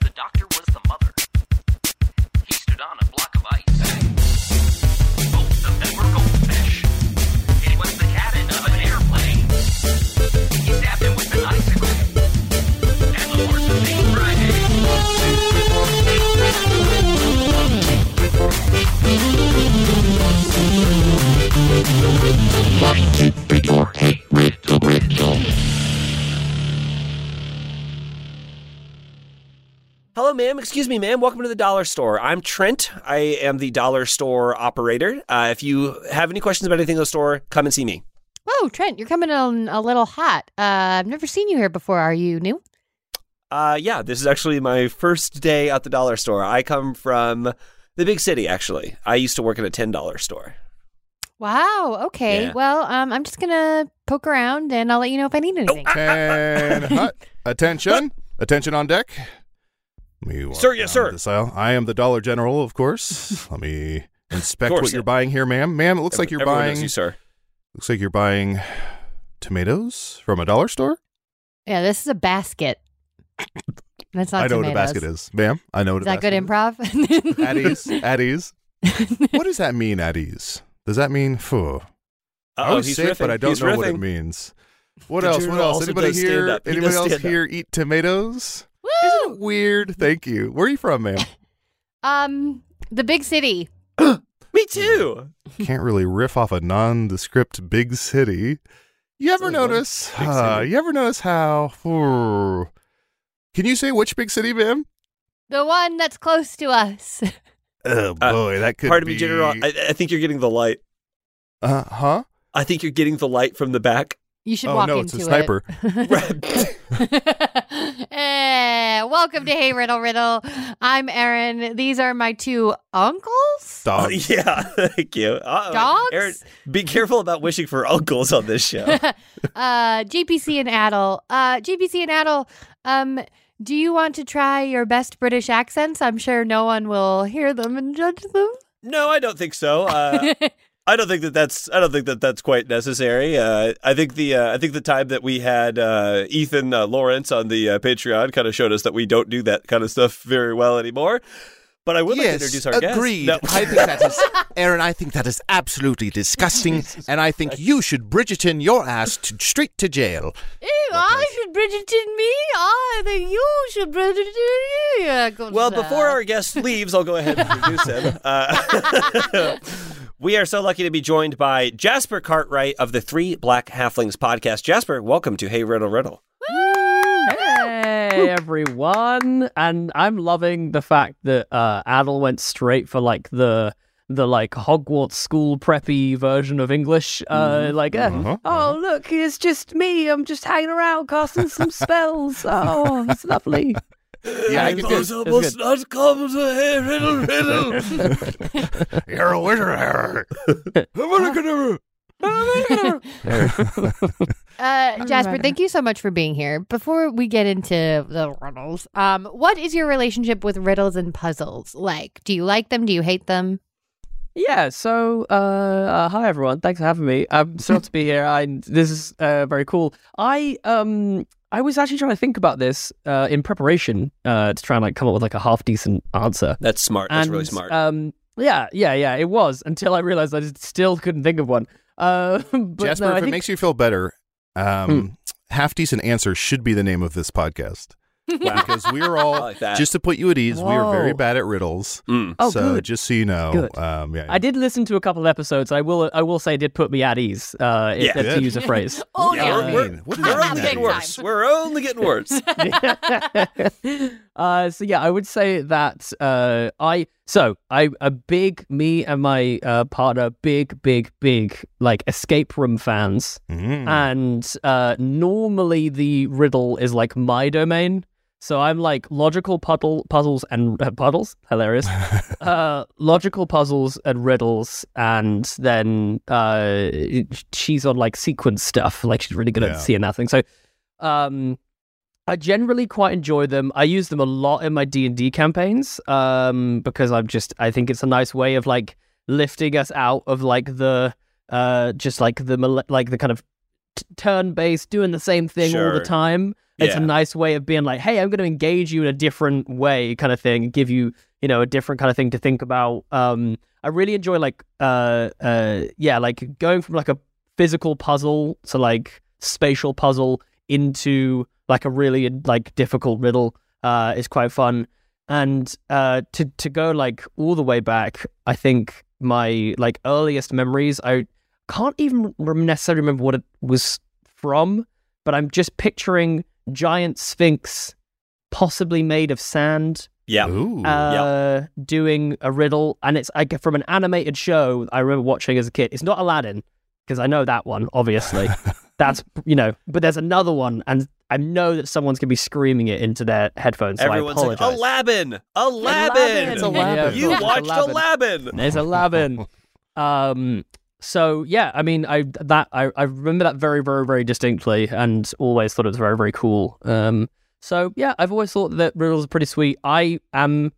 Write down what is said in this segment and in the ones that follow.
The doctor was the mother. He stood on a block of ice. Both of them were goldfish. It was the cabin of an airplane. He stabbed him with an icicle. And the horse named Friday. Hello, ma'am. Excuse me, ma'am. Welcome to the dollar store. I'm Trent. I am the dollar store operator. Uh, if you have any questions about anything in the store, come and see me. Whoa, Oh, Trent, you're coming on a little hot. Uh, I've never seen you here before. Are you new? Uh, yeah, this is actually my first day at the dollar store. I come from the big city, actually. I used to work at a $10 store. Wow. Okay. Yeah. Well, um, I'm just gonna poke around, and I'll let you know if I need anything. Ten hut. Attention. Attention on deck. Let me walk Sir, yes, down sir. This aisle. I am the Dollar General, of course. Let me inspect course. what you're buying here, ma'am. Ma'am, it looks like you're Everyone buying Knows you, sir. looks like you're buying tomatoes from a dollar store? yeah, this is a basket. That's not. I know what a tomatoes. basket is. Ma'am, I know what Is a that good basket improv? is. At ease. At ease. what does that mean, at ease? Does that mean phew? I Uh-oh, always he's say it, but riffing. I don't He's know what it riffing. means. What The else? What general else? also Anybody does stand here? up. He does Anybody else stand up. here eat tomatoes? Isn't it Woo! weird? Thank you. Where are you from, ma'am? Um, the big city. Me Hmm. too. Can't really riff off a nondescript big city. You ever only one notice? big uh, city. you ever notice how? ooh. can you say which big city, ma'am? The one that's close to us. Oh Uh, boy, that could Pardon be. me, General. I, I think you're getting the light. uh huh. I think you're getting the light from the back. You should Oh, walk no, it's into a sniper. Right. it. Eh, welcome to Hey Riddle Riddle. I'm Erin. These are my two uncles. Dog. yeah, thank you. Uh-oh. Dogs? Aaron, be careful about wishing for uncles on this show. uh, GPC and Adel. Uh, GPC and Adel, um, do you want to try your best British accents? I'm sure no one will hear them and judge them. No, I don't think so. Uh, I don't think that that's I don't think that that's quite necessary. Uh, I think the uh, I think the time that we had uh, Ethan uh, Lawrence on the uh, Patreon kind of showed us that we don't do that kind of stuff very well anymore. But I would like to introduce our agreed. guest. No. I think that is, Aaron. I think that is absolutely disgusting, and I think you should Bridgerton your ass to, straight to jail. Ew, I should Bridgerton me. I think you should Bridgerton you. Yeah, good Well, sir. before our guest leaves, I'll go ahead and introduce him. Uh, we are so lucky to be joined by Jasper Cartwright of the Three Black Halflings podcast. Jasper, welcome to Hey Riddle Riddle. Hey everyone, and I'm loving the fact that uh, Adel went straight for like the the like Hogwarts school preppy version of English. Uh, like, uh, oh look, it's just me. I'm just hanging around casting some spells. Oh, it's lovely. Yeah, I could do. almost not come to Hey Riddle Riddle. You're a wizard. uh, Jasper, thank you so much for being here. Before we get into the riddles, um, what is your relationship with riddles and puzzles like? Do you like them? Do you hate them? Yeah, so uh, uh hi everyone. Thanks for having me. I'm thrilled to be here. I this is uh, very cool. I um I was actually trying to think about this uh in preparation uh to try and like come up with like a half decent answer. That's smart. That's really And, smart. Um yeah, yeah, yeah, it was until I realized I just still couldn't think of one. Uh, but Jasper, no, if I it think- Hmm. makes you feel better, um, half decent answer should be the name of this podcast Wow. because we are I all like that. just to put you at ease. We are very Whoa. bad at riddles. Mm. Oh, so good. just so you know, Good. Um, yeah, I did listen to a couple of episodes. I will I will say it did put me at ease, uh if Yeah. that's to Good. use a phrase. Oh Yeah, we're, I we're- mean, what does we're that only mean? getting Big worse. We're only getting worse. uh, so yeah, I would say that uh, I So I a big me and my uh, partner, big, big, big like escape room fans. Mm. And uh, normally the riddle is like my domain. So I'm like logical puddle puzzles and uh, puddles, hilarious. uh, logical puzzles and riddles, and then uh, it- she's on like sequence stuff. Like she's really good Yeah. at seeing nothing. So um, I generally quite enjoy them. I use them a lot in my D and D campaigns um, because I'm just I think it's a nice way of like lifting us out of like the uh, just like the mole- like the kind of t- turn based doing the same thing all Sure. the time. It's a Yeah. nice way of being like, hey, I'm going to engage you in a different way, kind of thing, and give you you know a different kind of thing to think about. Um, I really enjoy like uh uh yeah like going from like a physical puzzle to like spatial puzzle into like a really like difficult riddle uh, is quite fun. And uh, to to go like all the way back, I think my like earliest memories, I can't even rem- necessarily remember what it was from, but I'm just picturing giant sphinx, possibly made of sand, Yeah. Ooh. uh, doing a riddle, and it's like from an animated show I remember watching as a kid. It's not Aladdin because I know that one, obviously. That's you know, but there's another one, and I know that someone's gonna be screaming it into their headphones. So Everyone's I like, "Oh, apologize. Aladdin! Aladdin! Aladdin! It's Aladdin. You Yeah. watched Aladdin. Aladdin! There's Aladdin. um. So yeah, I mean, I that I, I remember that very very very distinctly, and always thought it was very very cool. Um. So yeah, I've always thought that riddles are pretty sweet. I am.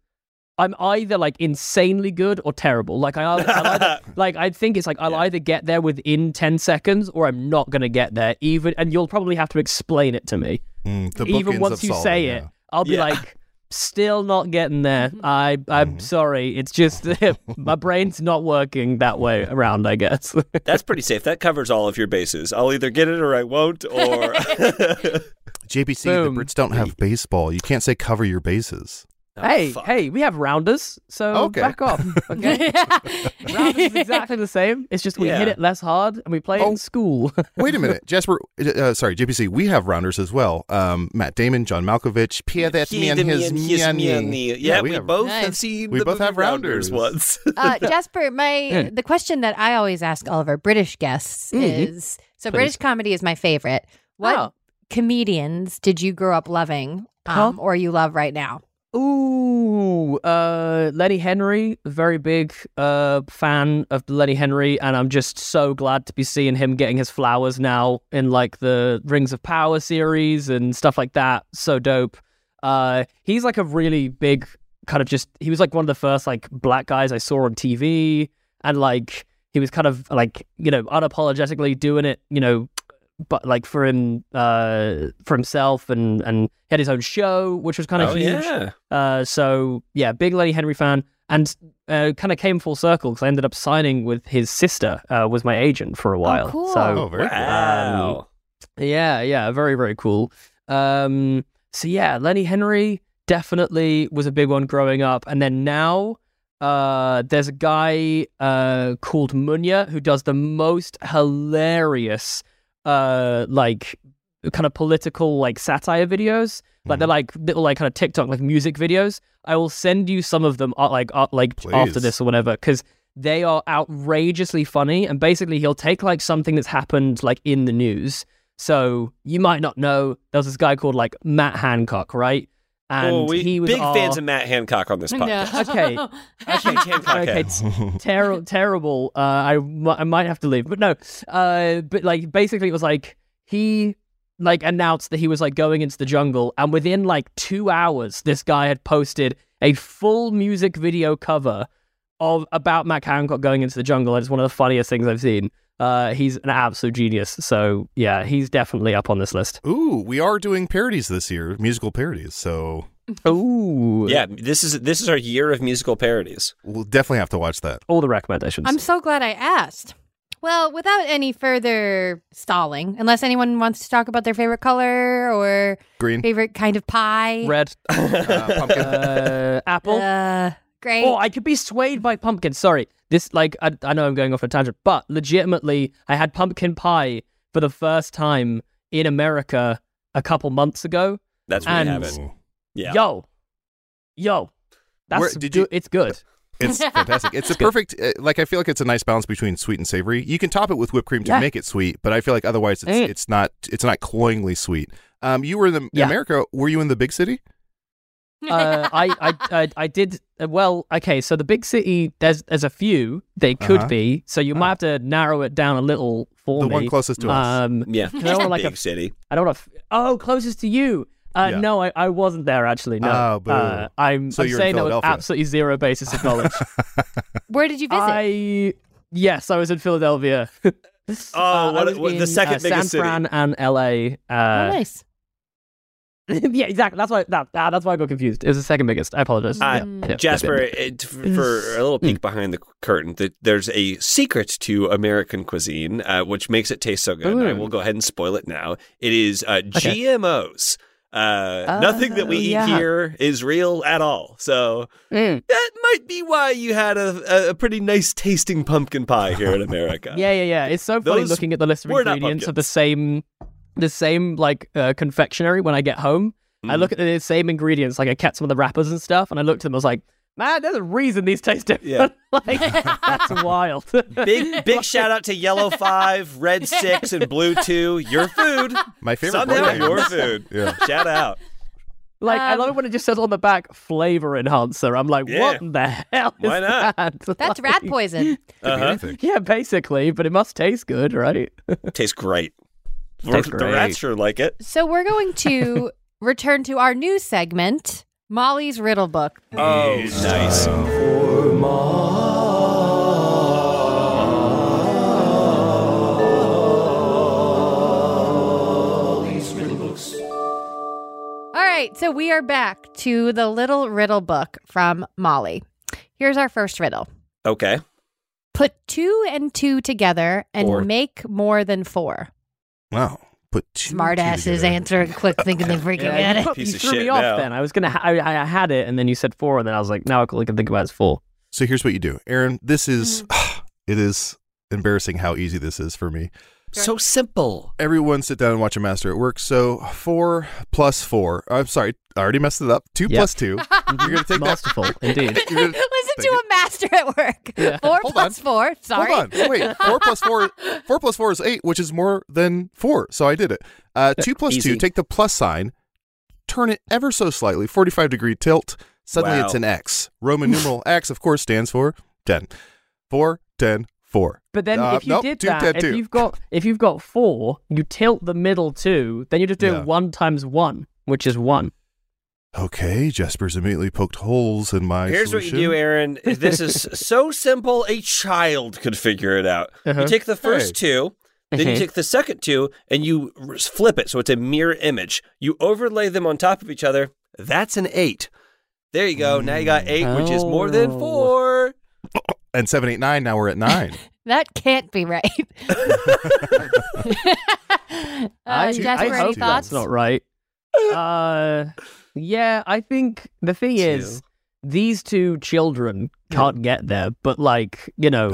I'm either like insanely good or terrible. Like I, I'll either, like I think it's like I'll either get there within ten seconds or I'm not gonna get there. Even and you'll probably have to explain it to me. Mm, the bookends Even of once you solving, say yeah. it, I'll be Yeah. Mm-hmm. like, still not getting there. I I'm Mm-hmm. sorry. It's just my brain's not working that way around. I guess. That's pretty safe. That covers all of your bases. I'll either get it or I won't, or. Oh, JBC, Boom. the Brits don't have baseball. You can't say cover your bases. hey Ah, fuck. hey, we have rounders, so Okay. back off. Okay. rounders is exactly the same. It's just we hit Yeah. it less hard and we play it Oh. in school. Wait a minute, Jasper. Uh, sorry, JBC. We have rounders as well. Um, Matt Damon, John Malkovich, Pierre that He, man, the his man, his man. man. Yeah, we, have- both Nice. have seen We the both movie have rounders. once. uh, Jasper, my Mm. the question that I always ask all of our British guests Mm-hmm. is so British comedy is my favorite. What Oh. comedians did you grow up loving Huh? um, or you love right now? Ooh, uh, Lenny Henry, very big uh, fan of Lenny Henry, and I'm just so glad to be seeing him getting his flowers now in like the Rings of Power series and stuff like that. So dope. Uh, he's like a really big kind of just. He was like one of the first like black guys I saw on TV, and like he was kind of like you know unapologetically doing it, you know, but like for him uh, for himself, and and he had his own show, which was kind of oh, huge. yeah. Uh, so yeah, big Lenny Henry fan, and uh, kind of came full circle because I ended up signing with his sister, uh, was my agent for a while. cool. So Oh, very Wow. yeah, yeah, very very cool. Um, so yeah, Lenny Henry definitely was a big one growing up, and then now. Uh, there's a guy uh, called Munya who does the most hilarious, uh, like kind of political like satire videos. Like they're like little like kind of TikTok like music videos. I will send you some of them uh, like uh, like after Please. this or whatever because they are outrageously funny. And basically, he'll take like something that's happened like in the news. So you might not know there's this guy called like Matt Hancock, right? And Well, Oh, we, he was big our- fans of Matt Hancock on this podcast. Okay. Actually, Hancock Okay, head. terrible, terrible. Uh, I mi- I might have to leave, but no. Uh, but like basically, it was like he like announced that he was like going into the jungle, and within like two hours, this guy had posted a full music video cover of about Mac Hancock going into the jungle. And it's one of the funniest things I've seen. Uh, he's an absolute genius. So yeah, he's definitely up on this list. Ooh, we are doing parodies this year, musical parodies. So Ooh, Yeah, this is this is our year of musical parodies. we'll definitely have to watch that. All the recommendations. I'm so glad I asked. Well, without any further stalling, unless anyone wants to talk about their favorite color or Green, favorite kind of pie, red, uh, pumpkin. uh, apple. uh, great. Oh, I could be swayed by pumpkin. Sorry. This, like, I, I know I'm going off on a tangent, but legitimately, I had pumpkin pie for the first time in America a couple months ago. That's what And- we have it. Yeah. Yo, yo, that's Where- did good. you- It's good. It's fantastic. It's a perfect, uh, like, I feel like it's a nice balance between sweet and savory. You can top it with whipped cream to Yeah. make it sweet, but I feel like otherwise it's, Mm. it's not it's not cloyingly sweet. Um, you were in the, Yeah. America. Were you in the big city? uh, I, I, I, I did uh, well. Okay, so the big city, there's there's a few they could Uh-huh. be. So you might have to narrow it down a little for The me. one closest to us. Um, Yeah, know, like a- big city. I don't know. If, oh, closest to you. Uh, Yeah. No, I, I wasn't there actually. No, Oh, boo. Uh, I'm, So I'm you're in saying that with Philadelphia. absolutely zero basis of knowledge. Where did you visit? I yes, I was in Philadelphia. oh, what- what- the second uh, San biggest city. Uh, Fran and LA. oh, Uh, nice. yeah, exactly. That's why that, ah, that's why I got confused. It was the second biggest. I apologize. Uh, Yeah, Mm. yeah, yeah, Jasper, yeah. it, for for a little peek behind the curtain, that there's a secret to American cuisine, uh, which makes it taste so good. and I Ooh. will go ahead and spoil it now. It is uh, GMOs. Uh, nothing that we Oh, eat yeah. here is real at all. So Mm. that might be why you had a, a- a pretty nice tasting pumpkin pie here in America. Yeah, yeah, yeah. It's so funny Those looking at the list of were not ingredients of the same, the same like uh, confectionery. When I get home, I Mm. look at the same ingredients. Like I kept some of the wrappers and stuff, and I looked at them. I was like, man, there's a reason these taste different. like that's wild. Big big shout out to Yellow Five, Red Six, and Blue Two. Your food, My favorite. somehow board game. your food. Yeah. Shout out. Like I Um, love it when it just says on the back flavor enhancer. I'm like, Yeah. what in the hell? Is Why not? That? That's Like, rat poison. Could be Uh-huh. anything. Yeah, basically, but it must taste good, right? Tastes great. Tastes the great. rats sure like it. So we're going to return to our new segment, Molly's Riddle Book. Oh, nice. All right, so we are back to the little riddle book from Molly. Here's our first riddle. Okay. Put two and two together and Four. make more than four. Wow. Put two two Smartasses together. answering quick, thinking they freaking you get it. fu- Piece you of threw shit me off. now. Then I was gonna, ha- I, I had it, and then you said four, and then I was like, now I can think about it as four. So here's what you do, Aaron. This is Mm. it is embarrassing how easy this is for me. So simple. Everyone sit down and watch a master at work. So four plus four. I'm sorry, I already messed it up. Two Yeah. plus two. You're gonna take that. Masterful, indeed. You're gonna- Listen to a master at work. Four Hold plus on. four. Sorry. Hold on, wait. Four plus four. Four plus four is eight, which is more than four. So I did it. Uh, two plus Easy. two. Take the plus sign, turn it ever so slightly, forty-five degree tilt. Suddenly Wow. it's an X. Roman numeral X, of course, stands for ten. Four, ten, four. But then Uh, if you nope, did two, that, ten, if two. you've got if you've got four, you tilt the middle two, then you're just doing Yeah. one times one, which is one. Okay, Jesper's immediately poked holes in my. Here's what you solution. do, Aaron. This is so simple, a child could figure it out. Uh-huh. You take the first Hey. two, then you Mhm. take the second two, and you r- flip it so it's a mirror image. You overlay them on top of each other. That's an eight. There you go. Now you got eight, which is more than Oh. four. And seven, eight, nine. Now we're at nine. That can't be right. uh, Jasper, I any hope thoughts? that's not right. uh, yeah, I think the thing is, these two children can't get there. But like you know,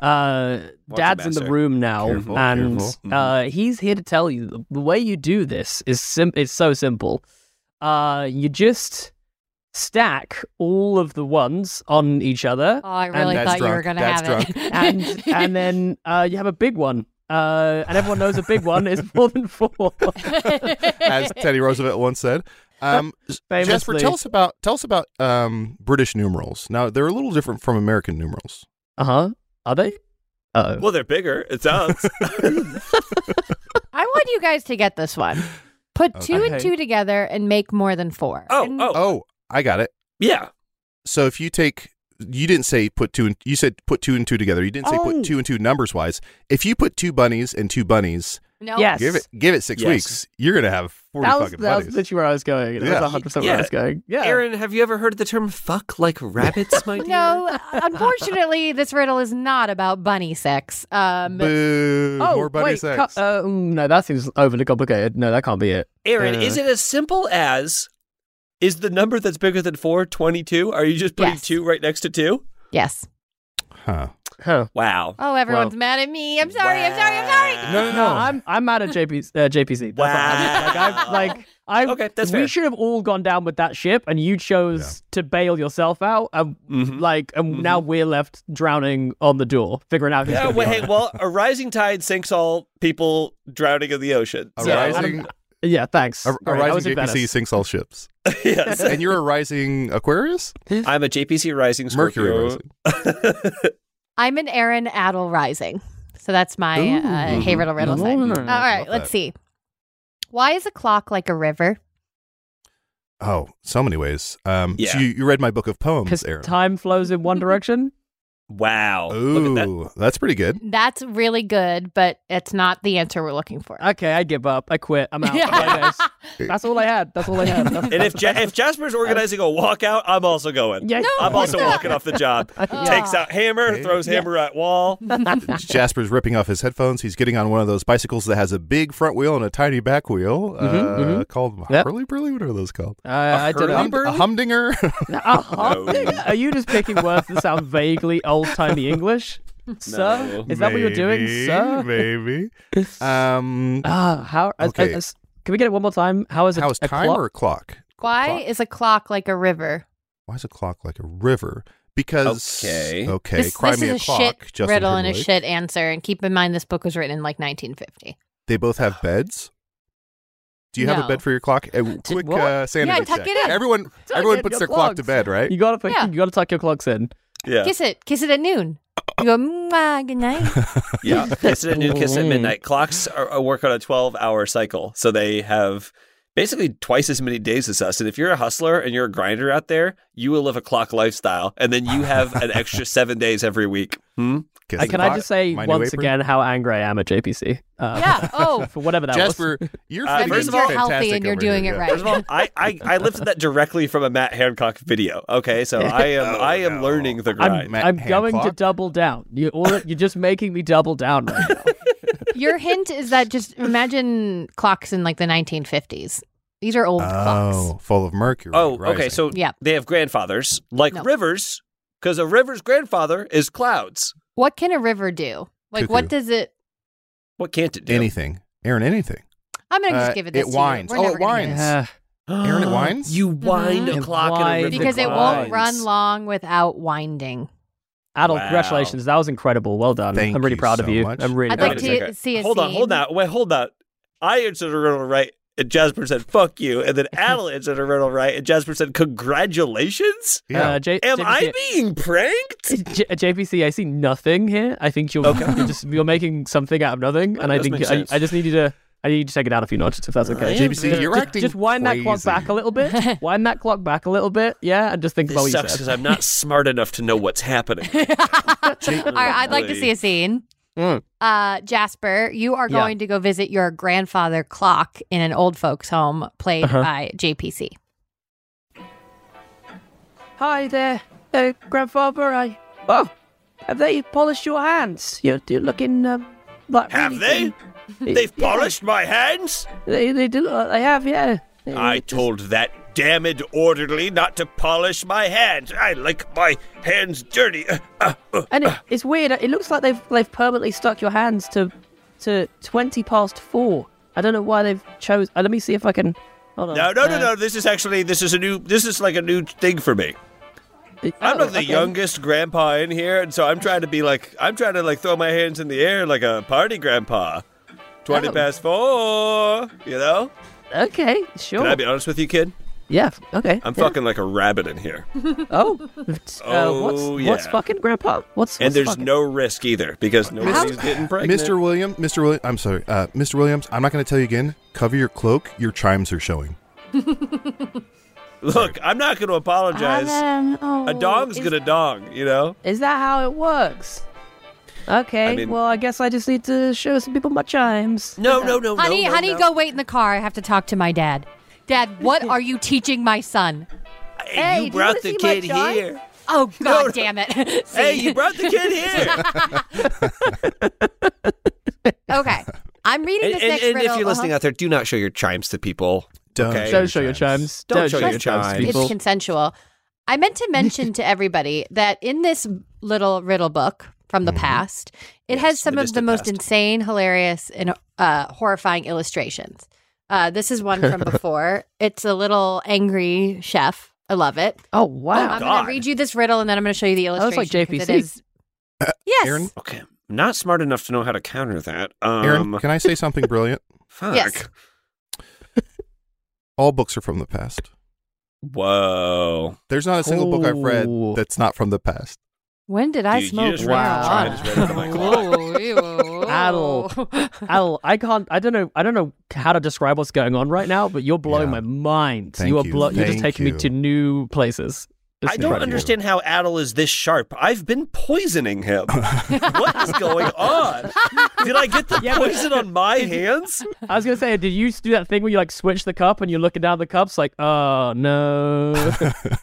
uh, Watch Dad's your in the master. Mm-hmm. room now, Careful, and careful. uh, he's here to tell you the- the way you do this is sim- It's so simple. Uh, you just stack all of the ones on each other, Oh, I really Dad's thought you drunk. were going to Dad's have it. and and then uh, you have a big one. Uh, and everyone knows a big one is more than four. as Teddy Roosevelt once said. Um, Jasper, Famously. tell us about tell us about um, British numerals. Now they're a little different from American numerals. Uh huh. Are they? Uh oh. Well, they're bigger. It sounds. I want you guys to get this one. Put two and Okay. two together and make more than four. oh, And- oh, Oh, I got it. yeah. So if you take, you didn't say put two and you said put two and two together. You didn't say Oh. put two and two numbers wise. If you put two bunnies and two bunnies, no. Yes. give it give it six Yes. weeks, you're gonna have forty That was, fucking that was bunnies. literally where I was going. That Yeah. was 100% where Yeah. I was going. Yeah. Aaron, have you ever heard the term "fuck like rabbits"? My dear. No, uh, unfortunately, this riddle is not about bunny sex. Um, Boo! oh, more bunny wait, sex. cu- uh, mm, no, that seems overly complicated. No, that can't be it. Aaron, Uh, is it as simple as is the number that's bigger than four 22? Are you just putting Yes. two right next to two? yes. huh. Huh. Wow. Oh, everyone's Well- mad at me. I'm sorry. I'm sorry. I'm sorry. No, no, no. I'm I'm mad at JP's, uh, JPC. That's what I'm- Wow. Like, I, like I, Okay, that's we fair. should have all gone down with that ship, and you chose to bail yourself out. And, Mhm. Like, and now we're left drowning on the door, figuring out who's Yeah, going to well, hey, well, a rising tide sinks all people drowning in the ocean. A So- rising, Yeah, thanks. a, a Great, I was rising in JPC Venice. sinks all ships. yes. and you're a rising Aquarius? I'm a JPC rising Scorpio. Mercury rising. I'm an Aaron Addle Rising. So that's my uh, hey riddle riddle sign. All right, Mm. Mm-hmm. Love let's that. see. Why is a clock like a river? Oh, so many ways. Um, Yeah. So you, you read my book of poems, Because Aaron. time flows in one direction. Wow. Look at that. Ooh, that's pretty good. That's really good, but it's not the answer we're looking for. Okay, I give up. I quit. I'm out. Bye, guys. That's all I had. That's all I had. That's- And if ja- if Jasper's organizing a walkout, I'm also going. Yeah. I'm Yeah. also walking off the job. Yeah. Takes out hammer, throws hammer at wall. Jasper's ripping off his headphones. He's getting on one of those bicycles that has a big front wheel and a tiny back wheel uh, mhm. called Yep. Hurly Burly. What are those called? Uh, I don't know. Hum- a humdinger. Uh-huh. Are you just picking words that sound vaguely old timey English? Sir? Is that what you're doing, Maybe, sir? Maybe. Um, Ah, how? as- Okay. as- can we get it one more time? How is it? how is a time clock? or clock? Why Clock. is a clock like a river? Why is a clock like a river? Because Okay. okay, This, cry this me is a, a clock. shit Justin riddle and a Timberlake. shit answer. And keep in mind, this book was written in like 1950. They both have beds. Do you have No. a bed for your clock? A quick what? uh, sanity Yeah, tuck check. it in. Everyone, Tuck everyone in puts your their clock to clocks. bed, right? You gotta, put, Yeah. you gotta tuck your clocks in. Yeah. Kiss it. Kiss it at noon. You go, mwah, good night. Yeah. Mm. Kiss at noon, kiss at midnight. Clocks are, are work on a 12 hour cycle. So they have basically twice as many days as us. And if you're a hustler and you're a grinder out there, you will live a clock lifestyle. And then you have an extra seven days every week. Hmm? Kiss Uh, the can I clock, just say my new once apron. again how angry I am at JPC? Uh, yeah. Oh, For whatever that Jasper, you're Uh, that fitting first means of in all- you're healthy fantastic and you're over doing here, it yeah. right. First of all, I, I, I lifted that directly from a Matt Hancock video. Okay, so I am I am learning the was. grind. I'm, Matt I'm going to Hancock. double down. You all, you're just making me double down right now. your hint is that just imagine clocks in like the 1950s. These are old Oh, clocks. full of mercury. oh, okay. rising. So Yeah. they have grandfathers like No. rivers, because a river's grandfather is clouds. What can a river do? Like, what Cuckoo. does it? What can't it do? anything, Aaron, anything. I'm gonna just Uh, give it it this. to you. whines. We're Oh, never it gonna get whines. Uh, Aaron, it whines? You wind Mhm. a clock in a It river Mm-hmm. because it Whines. won't run long without winding. Adel, Wow. congratulations. That was incredible. Well done. Thank I'm really you proud of so you. much. I'm really I'd proud like of to you. see a hold on, hold scene. on, wait, hold on. I answered a riddle right, and Jasper said "fuck you," and then Adel answered a riddle right, and Jasper said "congratulations." Yeah. Uh, J- Am JPC, I being pranked? J- JPC, I see nothing here. I think you're, you're just you're making something out of nothing, and I does think make I, sense. I just need you to I need you to take it out a few notches if that's okay. am JBC, you're just, acting just wind that clock crazy. back a little bit. wind that clock back a little bit, yeah, and just think about This what sucks you because said. I'm not smart enough to know what's happening. All right, I'd like to see a scene. Mm. Uh, Jasper, you are Yeah. going to go visit your grandfather clock in an old folks' home played Uh-huh. by JPC. Hi there, uh, grandfather. I oh, have they polished your hands? You're, you're looking um, like Have really clean. They've Yeah, polished my hands? They they do. uh, They have, yeah. They- I told that damned orderly not to polish my hands. I like my hands dirty. Uh, uh, uh. and it, it's weird. It looks like they've they've permanently stuck your hands to to twenty past four. I don't know why they've chose. Uh, let me see if I can. Hold on. No, no, no, Uh, no. This is actually this is a new this is like a new thing for me. it- I'm oh, not the okay. youngest grandpa in here, and so I'm trying to be like I'm trying to like throw my hands in the air like a party grandpa. Twenty Oh. past four, you know. Okay, Can I sure. be honest with you, kid? yeah. Okay. I'm Oh. yeah. fucking like a rabbit in here, Oh. uh, what's Oh, what's yeah. fucking grandpa? What's, what's and there's fucking- no risk either because nobody's getting pregnant. Mr. William, Mr. William, I'm sorry, uh, Mr. Williams. I'm not going to tell you again. Cover your cloak. Your chimes are showing. Look, I'm not going to apologize. Alan, a oh, dong's is gonna dong, you know? Is that how it works? Okay, I mean- well, I guess I just need to show some people my chimes. No, no, no, honey, no, no, honey, no. go wait in the car. I have to talk to my dad. Dad, what are you teaching my son? Hey, do you you brought wanna the see my kid chime? here. Oh God, No, no. damn it! See? Hey, you brought the kid here. okay, I'm reading and this and- next and riddle. if you're listening Uh-huh. out there, do not show your chimes to people. Don't Okay. Don't show your chimes. Don't show your chimes, chimes. people. it's consensual. I meant to mention to everybody that in this little riddle book from the past. It has some Mm-hmm. the of the distant most past. insane, hilarious, and uh, horrifying illustrations. Uh, this is one from before. It's a little angry chef. I love it. Oh wow. I'm going God. to read you this riddle and then I'm going to show you the Oh, it's illustration. like 'cause JPC. It is... Yes. Aaron? Okay. I'm not smart enough to know how to counter that. Um, Aaron, can I say something brilliant? fuck. Yes. All books are from the past. Whoa. There's not a single book I've Oh. read that's not from the past. When did I Dude, you smoke just marijuana? read- I just read it in my Adel. Oh. Al, I can't. I don't know. I don't know how to describe what's going on right now, but you're blowing Yeah. my mind. Thank you are you. blow, You're just Thank taking you. me to new places. It's I don't incredible. understand how Adel is this sharp. I've been poisoning him. what is going on? Did I get the Yeah, but- poison on my hands? I was gonna say, did you do that thing where you like switch the cup and you're looking down the cups like, oh no?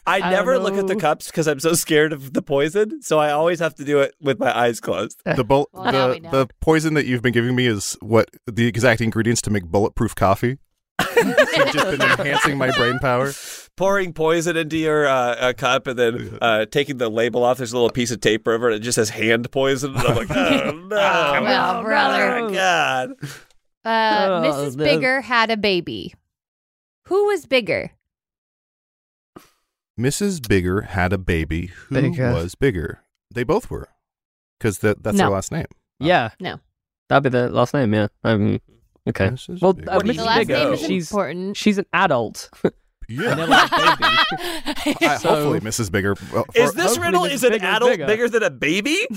I don't never look at the know. cups because I'm so scared of the poison, so I always have to do it with my eyes closed. The bul- Well, now we the, know. the poison that you've been giving me is what the exact ingredients to make bulletproof coffee. It's just been enhancing my brain power. Pouring poison into your uh, uh, cup and then uh, taking the label off. There's a little piece of tape over it. It just says hand poison. And I'm like, oh no, well, Oh, brother. God. Uh, Oh, Mrs. the- Bigger had a baby. Who was bigger? Mrs. Bigger had a baby who Bigger. was bigger. They both were, because that that's No. their last name. yeah. No. That'd be the last name. Yeah. Um. Okay. Mrs. Well, Bigger. uh, What do Mrs. you The last Bigger, name is she's important. she's an adult. yeah. I- So- hopefully, Mrs. Bigger. well, for- Is this hopefully riddle this is an bigger is adult bigger. bigger than a baby?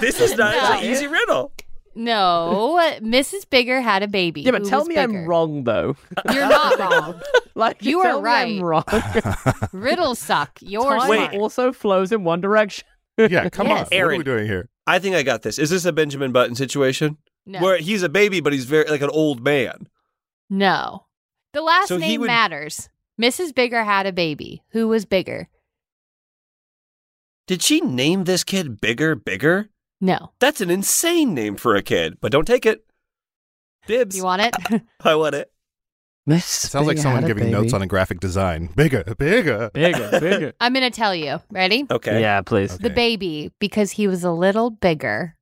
this is not an easy riddle. no, Mrs. Bigger had a baby. Yeah, but Who tell was me bigger? I'm wrong though. You're not wrong. Like You tell are me I'm right. wrong. Riddles suck. Yours Time Wait. suck. also flows in one direction. yeah, come Yes. on. What are Aaron. we doing here? I think I got this. Is this a Benjamin Button situation? No. Where he's a baby, but he's very like an old man. no. The last So he name would- matters. Mrs. Bigger had a baby. Who was bigger? Did she name this kid Bigger Bigger? No. That's an insane name for a kid, but don't take it. Dibs. You want it? I want it. This Sounds like someone giving notes on a graphic design. Bigger, bigger. bigger, bigger. I'm going to tell you. Ready? Okay. Yeah, please. Okay. The baby, because he was a little bigger.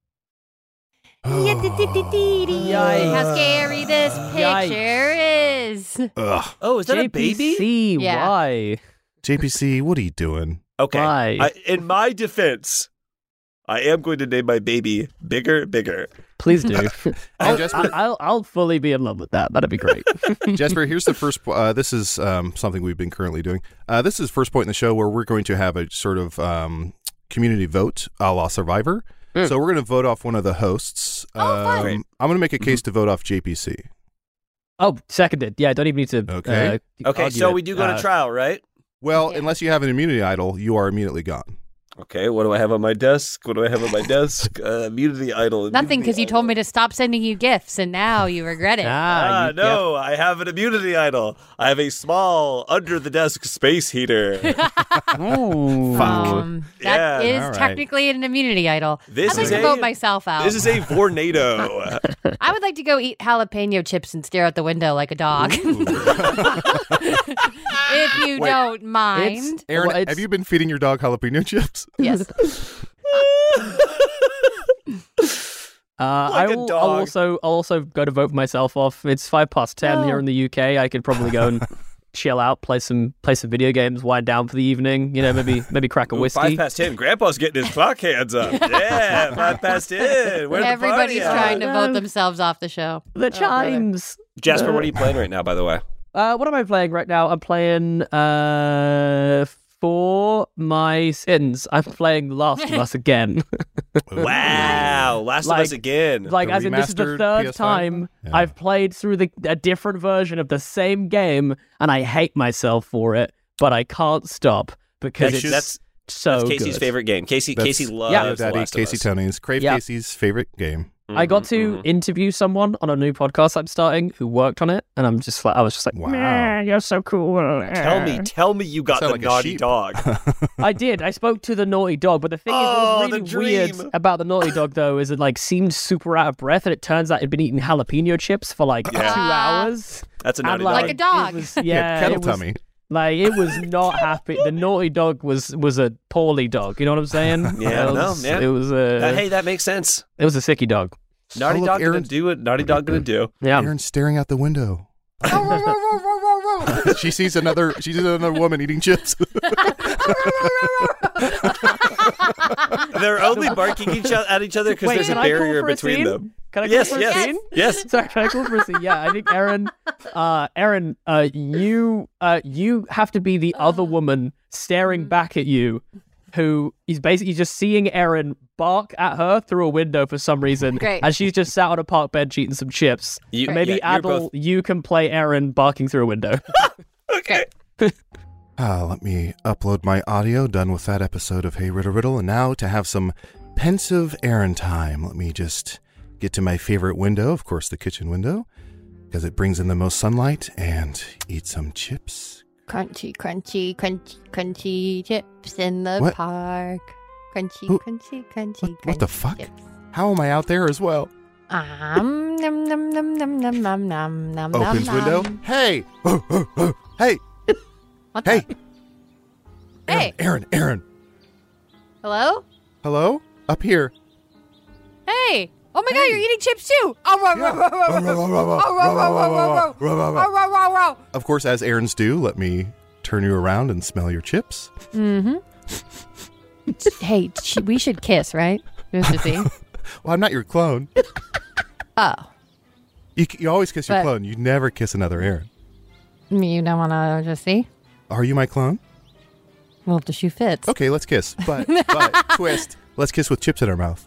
How scary this picture is. Ugh. Oh, is that a baby? JPC, Yeah. Why? JPC, what are you doing? Okay. Why? I, in my defense, I am going to name my baby Bigger Bigger. Please do. And I, Jesper, I'll I'll fully be in love with that. That'd be great. Jesper, here's the first. po- Uh, this is um, something we've been currently doing. Uh, this is first point in the show where we're going to have a sort of um, community vote, a la Survivor. So we're going to vote off one of the hosts. Oh, fun. um, Great. I'm going to make a case to vote off JPC. oh, seconded. Yeah, I don't even need to. Okay. uh, Okay, argue so it. we do go Uh, to trial, right? Well, Yeah. unless you have an immunity idol, you are immediately gone. Okay, what do I have on my desk? What do I have on my desk? Uh, immunity idol. Nothing because you told me to. to stop sending you gifts and now you regret it. Ah, Ah, you- yeah. no, I have an immunity idol. I have a small under the desk space heater. Oh. Um, that is Yeah, all right. technically an immunity idol. This I'd like is to a- vote myself out. this is a tornado. I would like to go eat jalapeno chips and stare out the window like a dog. if you don't mind. It's- Aaron, well, it's- have you been feeding your dog jalapeno chips? Yes. Uh, Like I a will, dog. I'll also I'll also go to vote myself off. It's five past ten here in the UK. I could probably go and chill out, play some play some video games, wind down for the evening. You know, maybe maybe crack a Ooh, Five whiskey. past ten. Grandpa's getting his clock hands up. Yeah, five past ten. Where's Everybody's the party at? trying to vote Um, No. themselves off the show. the chimes. Jasper, what are you playing right now? By the way, Uh, what am I playing right now? I'm playing uh for my sins. I'm playing Last of Us again. wow, Last of Us Like- again. like The as in this is the remastered third PS5? time Yeah. I've played through the a different version of the same game, and I hate myself for it, but I can't stop because that's, it's that's, so that's Casey's good. favorite game. Casey, That's Casey loves Yeah. Your The daddy, Last Casey of Us. Tony's, Crave Yeah. Casey's favorite game. I got to Mhm, mhm. interview someone on a new podcast I'm starting who worked on it, and I'm just like, I was just like, Wow. "Man, you're so cool. Tell me, tell me, you got the Sound like a naughty sheep. dog. I did. I spoke to the naughty dog, but the thing Oh, is, the what was really weird dream. about the naughty dog though is it like seemed super out of breath, and it turns out it'd been eating jalapeno chips for like Yeah. two hours. That's a naughty And, dog. Like a dog. it was- Yeah, yeah, Kettle it was- Tummy. Like it was not happy. The naughty dog was was a poorly dog. You know what I'm saying? Yeah, it no, was, yeah. It was a Uh, hey, that makes sense. it was a sicky dog. Naughty look, dog Aaron- gonna do what Naughty dog gonna do. Yeah. Aaron's staring out the window. she sees another. She sees another woman eating chips. They're only barking each o- at each other because Wait, there's a can I call barrier for a between scene? them. Can I call Yes, for a yes, scene? yes. Sorry, can I call for a scene? Yeah, I think Aaron, uh, Aaron, uh, you, uh, you have to be the other woman staring back at you, who is basically just seeing Aaron bark at her through a window for some reason, Great. and she's just sat on a park bench eating some chips. You- And Maybe yeah, you're Adel, both- you can play Aaron barking through a window. Okay. Ah, let me upload my audio. Done with that episode of Hey Riddle Riddle, and now to have some pensive Aaron time. Let me just get to my favorite window, of course, the kitchen window, because it brings in the most sunlight, and eat some chips. Crunchy, crunchy, crunchy, crunchy chips in the What? park. Crunchy, Who- crunchy, crunchy. What, what the crunchy fuck? Chips. How am I out there as well? Um, num num num num num num num num. Opens num, window. num. Hey, Oh, hey, What the- hey, Hey. Aaron, Aaron. Hello. Hello, up here. Hey. Oh my God, you're eating chips too. Oh, wow, wow, wow, wow, wow, wow, wow, wow, wow, wow, wow, wow, wow, wow, wow, wow. Of course, as errands do, let me turn you around and smell your chips. Hey, sh- we should kiss, right, Mr. C? Well, I'm not your clone. Oh, You, c- you always kiss your But- clone. You never kiss another Aaron. you don't want to just see? Are you my clone? Well, if the shoe fits. Okay, let's kiss. But, but twist. Let's kiss with chips in our mouth.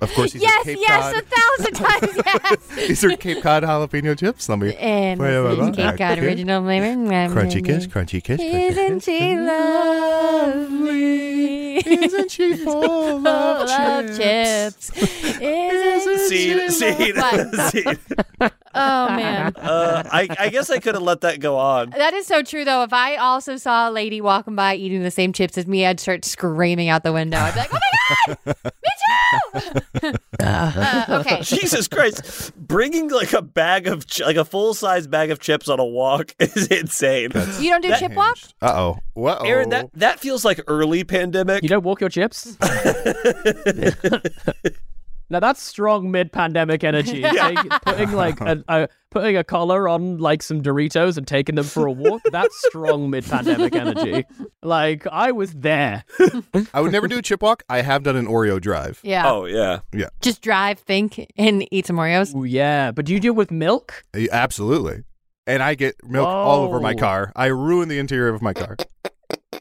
Of course, these Yes, are Cape yes, Cod. a thousand times yes. these are Cape Cod jalapeno chips. Let me. And Wait, wait, this is wait. Cape Cod Okay. original flavor. Crunchy kiss, crunchy kiss. Crunchy Isn't kiss. she lovely? Isn't she full of Love chips. Isn't Scene, scene, What? scene. Oh man. Uh, I, I guess I could have let that go on. That is so true, though. If I also saw a lady walking by eating the same chips as me, I'd start screaming out the window. I'd be like, "Oh my god, me too!" uh, okay, Jesus Christ, bringing like a bag of ch- like a full size bag of chips on a walk is insane. you don't do chip walk. Uh oh. Whoa. Aaron, that that feels like early pandemic. You don't walk your chips. now that's strong mid-pandemic energy. Take- putting like a, a putting a collar on like some Doritos and taking them for a walk. That's strong mid-pandemic energy. Like I was there. I would never do a chip walk. I have done an Oreo drive. Yeah, oh yeah, just drive, think, and eat some Oreos. Ooh, yeah, but do you deal with milk? Uh, Absolutely. And I get milk all over my Oh. car. I ruin the interior of my car.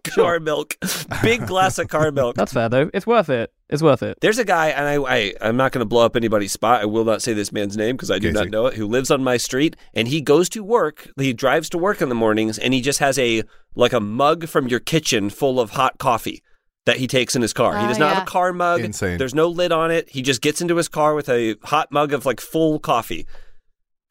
car milk, big glass of car milk. That's fair though. It's worth it. It's worth it. There's a guy, and I, I I'm not going to blow up anybody's spot. I will not say this man's name because I do Casey. not know it. Who lives on my street, and he goes to work. He drives to work in the mornings, and he just has a like a mug from your kitchen full of hot coffee that he takes in his car. he Oh, does not yeah. have a car mug. Insane. There's no lid on it. He just gets into his car with a hot mug of like full coffee.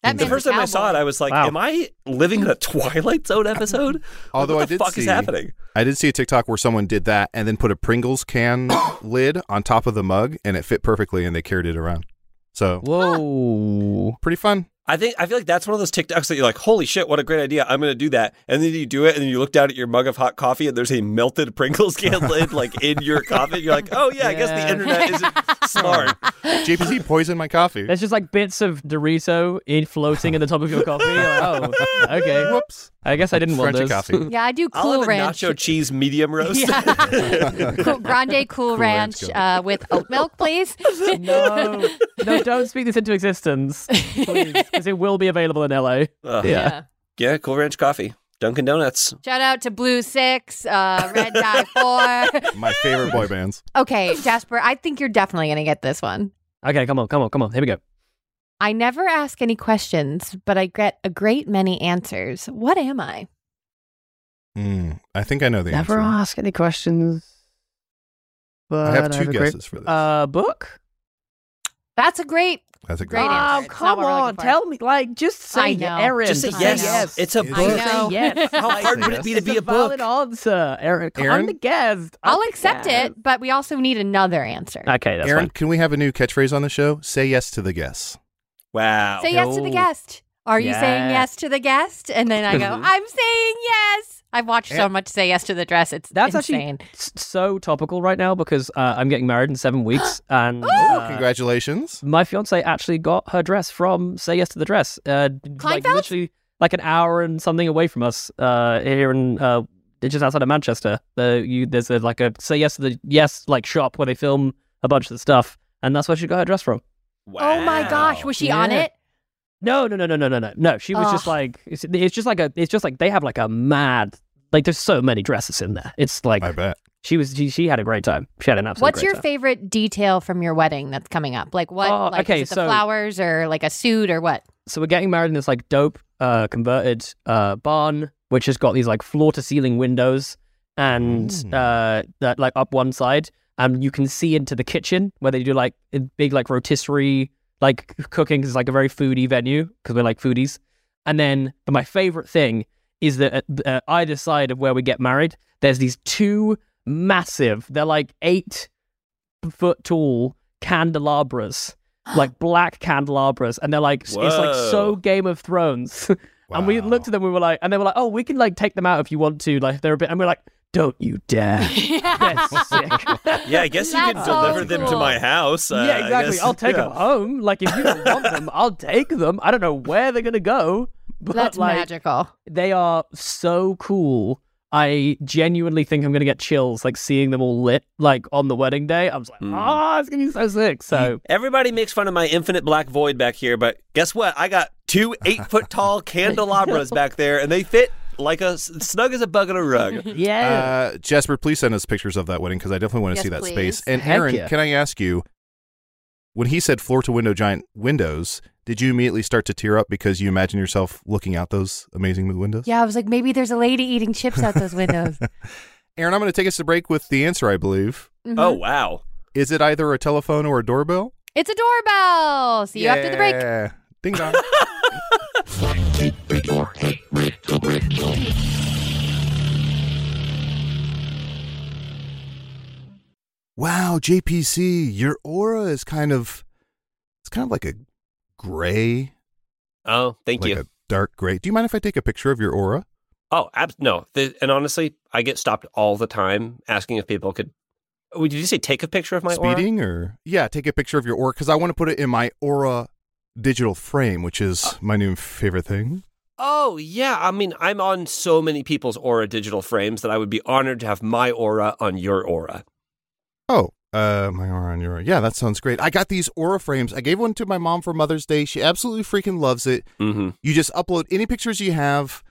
That The man's first a time I saw it, cowboy. I was like, Wow. "Am I living in a Twilight Zone episode?" Although what I the did fuck see, is happening? I did see a TikTok where someone did that and then put a Pringles can lid on top of the mug, and it fit perfectly, and they carried it around. So Whoa. pretty fun. I think I feel like that's one of those TikToks that you're like, "Holy shit, what a great idea! I'm going to do that." And then you do it, and then you look down at your mug of hot coffee, and there's a melted Pringles can lid like in your coffee. You're like, "Oh yeah, I guess the Yeah. internet isn't smart." JPC poisoned my coffee. There's just like bits of Dorito in floating in the top of your coffee. Like, oh, okay. Whoops. I guess I didn't want Crunchy those. coffee. Yeah, I do I'll Cool have Ranch. a nacho cheese medium roast. cool, grande Cool, Ranch Ranch uh, with oat milk, please. No, no, don't speak this into existence, please, because it will be available in LA. Ugh. yeah. yeah. Cool Ranch coffee, Dunkin' Donuts. Shout out to Blue Six, uh, Red Dye Four. My favorite boy bands. Okay, Jasper, I think you're definitely going to get this one. Okay, come on, come on, come on. Here we go. I never ask any questions, but I get a great many answers. What am I? Mm, I think I know the Never answer. ask any questions. But I have two a great- guesses for this. Uh, book. Ah, That's a great. That's a great great. answer. Oh, It's not come what we're looking on. for. Tell me. Like, just I say know. Aaron. Just say I yes. know. It's a It book. I know. yes. How hard would it be to It's be a, a book? valid answer, Aaron. Come Aaron? on, the guest. Oh, I'll accept it, but we also need another answer. Okay, that's Aaron, fine. can we have a new catchphrase on the show? Say yes to the guess. Wow. Say yes to the no. guest. Are you saying Yeah. yes to the guest? And then I go, I'm saying yes. I've watched so much Say Yes to the Dress. It's That's insane. actually s- so topical right now because uh, I'm getting married in seven weeks, and uh, Congratulations. my fiance actually got her dress from Say Yes to the Dress. Uh, d- like Kleinfeld? literally like an hour and something away from us uh, here in uh, just outside of Manchester. The, you, there's a, like a Say Yes to the Yes like shop where they film a bunch of the stuff, and that's where she got her dress from. Oh my gosh. Was she on Yeah. it? No, no, no, no, no, no, no. No, she was just Ugh. like it's, it's just like a it's just like they have like a mad like there's so many dresses in there. It's like I bet. she was she, she had a great time. She had an absolute What's great your time. favorite detail from your wedding that's coming up? Like what? Oh, like, okay, is it the so- flowers or like a suit or what? so we're getting married in this like dope uh converted uh barn which has got these like floor to ceiling windows and uh that like up one side and you can see into the kitchen where they do like a big like rotisserie like c- cooking is like a very foodie venue because we're like foodies and then but my favorite thing is that at, uh, either side of where we get married there's these two massive they're like eight foot tall candelabras like black candelabras and they're like it's like Whoa. so game of thrones and we Wow. looked at them we were like and they were like oh we can like take them out if you want to like they're a bit and we're like don't you dare they're sick Yeah, I guess you That's could so deliver them to cool. my house. uh, yeah I exactly guess- i'll take yeah. them home like if you don't want them i'll take them i don't know where they're gonna go but That's like magical. they are so cool i genuinely think i'm gonna get chills like seeing them all lit like on the wedding day i was Hmm. like ah, it's gonna be so sick so Everybody makes fun of my infinite black void back here, but guess what? I got two eight foot tall candelabras back there, and they fit like a s- snug as a bug in a Mm-hmm. rug. yeah Uh, Jasper, please send us pictures of that wedding because I definitely want to Oh. Yes, see that please. space. And Heck Aaron, yeah. can I ask you, when he said floor to window giant windows, did you immediately start to tear up because you imagine yourself looking out those amazing windows? Yeah, I was like, maybe there's a lady eating chips out those windows. Aaron, I'm going to take us to break with the answer, I believe. Mhm. Oh wow! Is it either a telephone or a doorbell? It's a doorbell. See you after the break. Yeah. Ding dong. wow, JPC, your aura is kind of it's kind of like a gray. Oh, thank like you. a dark gray. Do you mind if I take a picture of your aura? oh, ab- no. Th- and honestly, I get stopped all the time asking if people could. Oh, Did you say take a picture of my aura? Speeding or yeah, take a picture of your aura because I want to put it in my aura digital frame, which is my new favorite thing. Oh yeah, I mean, I'm on so many people's aura digital frames that I would be honored to have my aura on your aura. Oh, uh, my aura on your aura. Yeah, that sounds great. I got these aura frames. I gave one to my mom for Mother's Day. She absolutely freaking loves it. Mm-hmm. You just upload any pictures you have,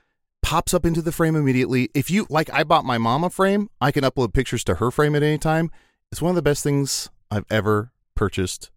pops up into the frame immediately. If you like, I bought my mom a frame. I can upload pictures to her frame at any time. It's one of the best things I've ever purchased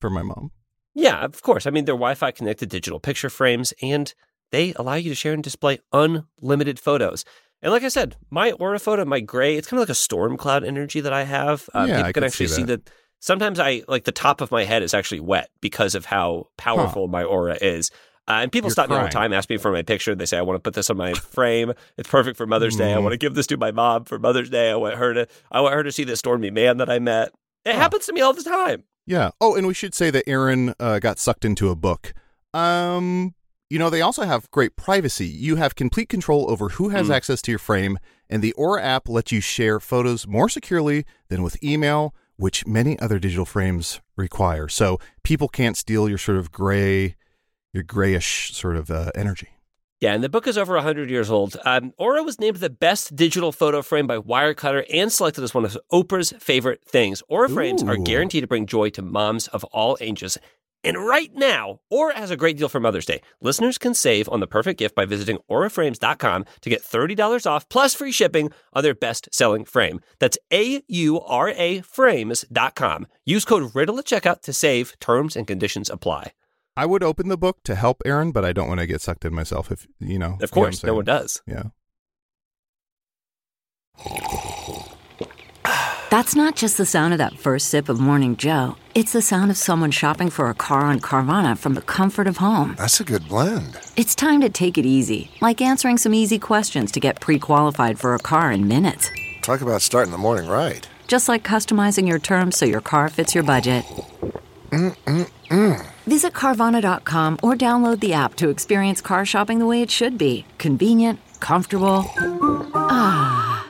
for my mom. Yeah, of course. I mean, they're Wi Fi connected digital picture frames, and they allow you to share and display unlimited photos. And like I said, my aura photo, my gray, it's kind of like a storm cloud energy that I have. Uh, Yeah, people I can could actually see see that. that. Sometimes I like the top of my head is actually wet because of how powerful my aura is. Uh, and people You're stop me all the crying. time, ask me for my picture. They say, I want to put this on my frame. It's perfect for Mother's Day. I Mm-hmm. want to give this to my mom for Mother's Day. I want her to, I want her to see this stormy man that I met. It happens to me all the time. Yeah. Oh, and we should say that Aaron uh, got sucked into a book. Um, you know, they also have great privacy. You have complete control over who has Hmm. access to your frame, and the Aura app lets you share photos more securely than with email, which many other digital frames require. So people can't steal your sort of gray, your grayish sort of uh, energy. Yeah, and the book is over 100 years old. Um, Aura was named the best digital photo frame by Wirecutter and selected as one of Oprah's favorite things. Aura frames are Ooh. guaranteed to bring joy to moms of all ages. And right now, Aura has a great deal for Mother's Day. Listeners can save on the perfect gift by visiting auraframes.com to get $30 off plus free shipping on their best-selling frame. That's A U R A frames.com. Use code RIDDLE at checkout to save. Terms and conditions apply. I would open the book to help Aaron, but I don't want to get sucked in myself. If you know, Of course, no one does. Yeah. That's not just the sound of that first sip of Morning Joe. It's the sound of someone shopping for a car on Carvana from the comfort of home. That's a good blend. It's time to take it easy, like answering some easy questions to get pre qualified for a car in minutes. Talk about starting the morning right. Just like customizing your terms so your car fits your budget. Visit Carvana.com or download the app to experience car shopping the way it should be convenient, comfortable. Ah.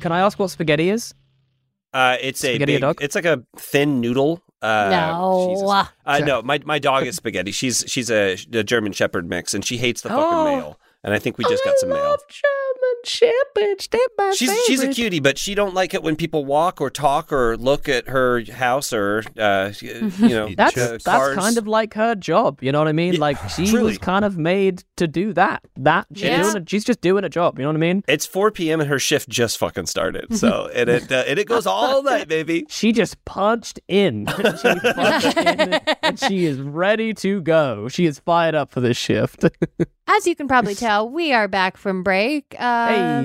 Can I ask what spaghetti is? Uh, it's a Spaghetti a big, dog? it's like a thin noodle. Uh, No. Jesus. Uh, no, my my dog is spaghetti. She's she's a, a German Shepherd mix, and she hates the fucking Oh. mail. And I think we just got some mail. German Shepherd, step by She's she's a cutie, but she don't like it when people walk or talk or look at her house or uh, you know that's uh, that's cars. kind of like her job. You know what I mean? like she was kind of made to do that. That she's, Yeah. doing a, she's just doing a job. You know what I mean? It's 4 p.m. and her shift just fucking started. So and it uh, and it goes all night, baby. She just punched in. she punched in, and she is ready to go. She is fired up for this shift. As you can probably tell, we are back from break. Um, Hey.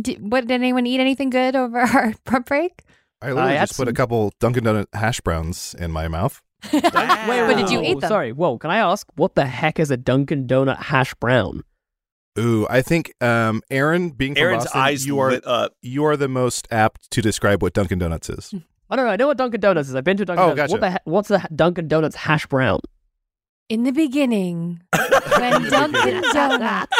d- what did anyone eat anything good over our break? I literally I had just put a some- couple Dunkin' Donut hash browns in my mouth. Wait, but did you eat them? Oh, Sorry. Whoa. Can I ask what the heck is a Dunkin' Donut hash brown? Ooh, I think um, Aaron, being from Aaron's Boston, eyes you are lit up. you are the most apt to describe what Dunkin' Donuts is. I don't know. I know what Dunkin' Donuts is. I've been to Dunkin' Oh, Donuts. What gotcha. the he- what's the Dunkin' Donuts hash brown? In the beginning, when Dunkin' Donuts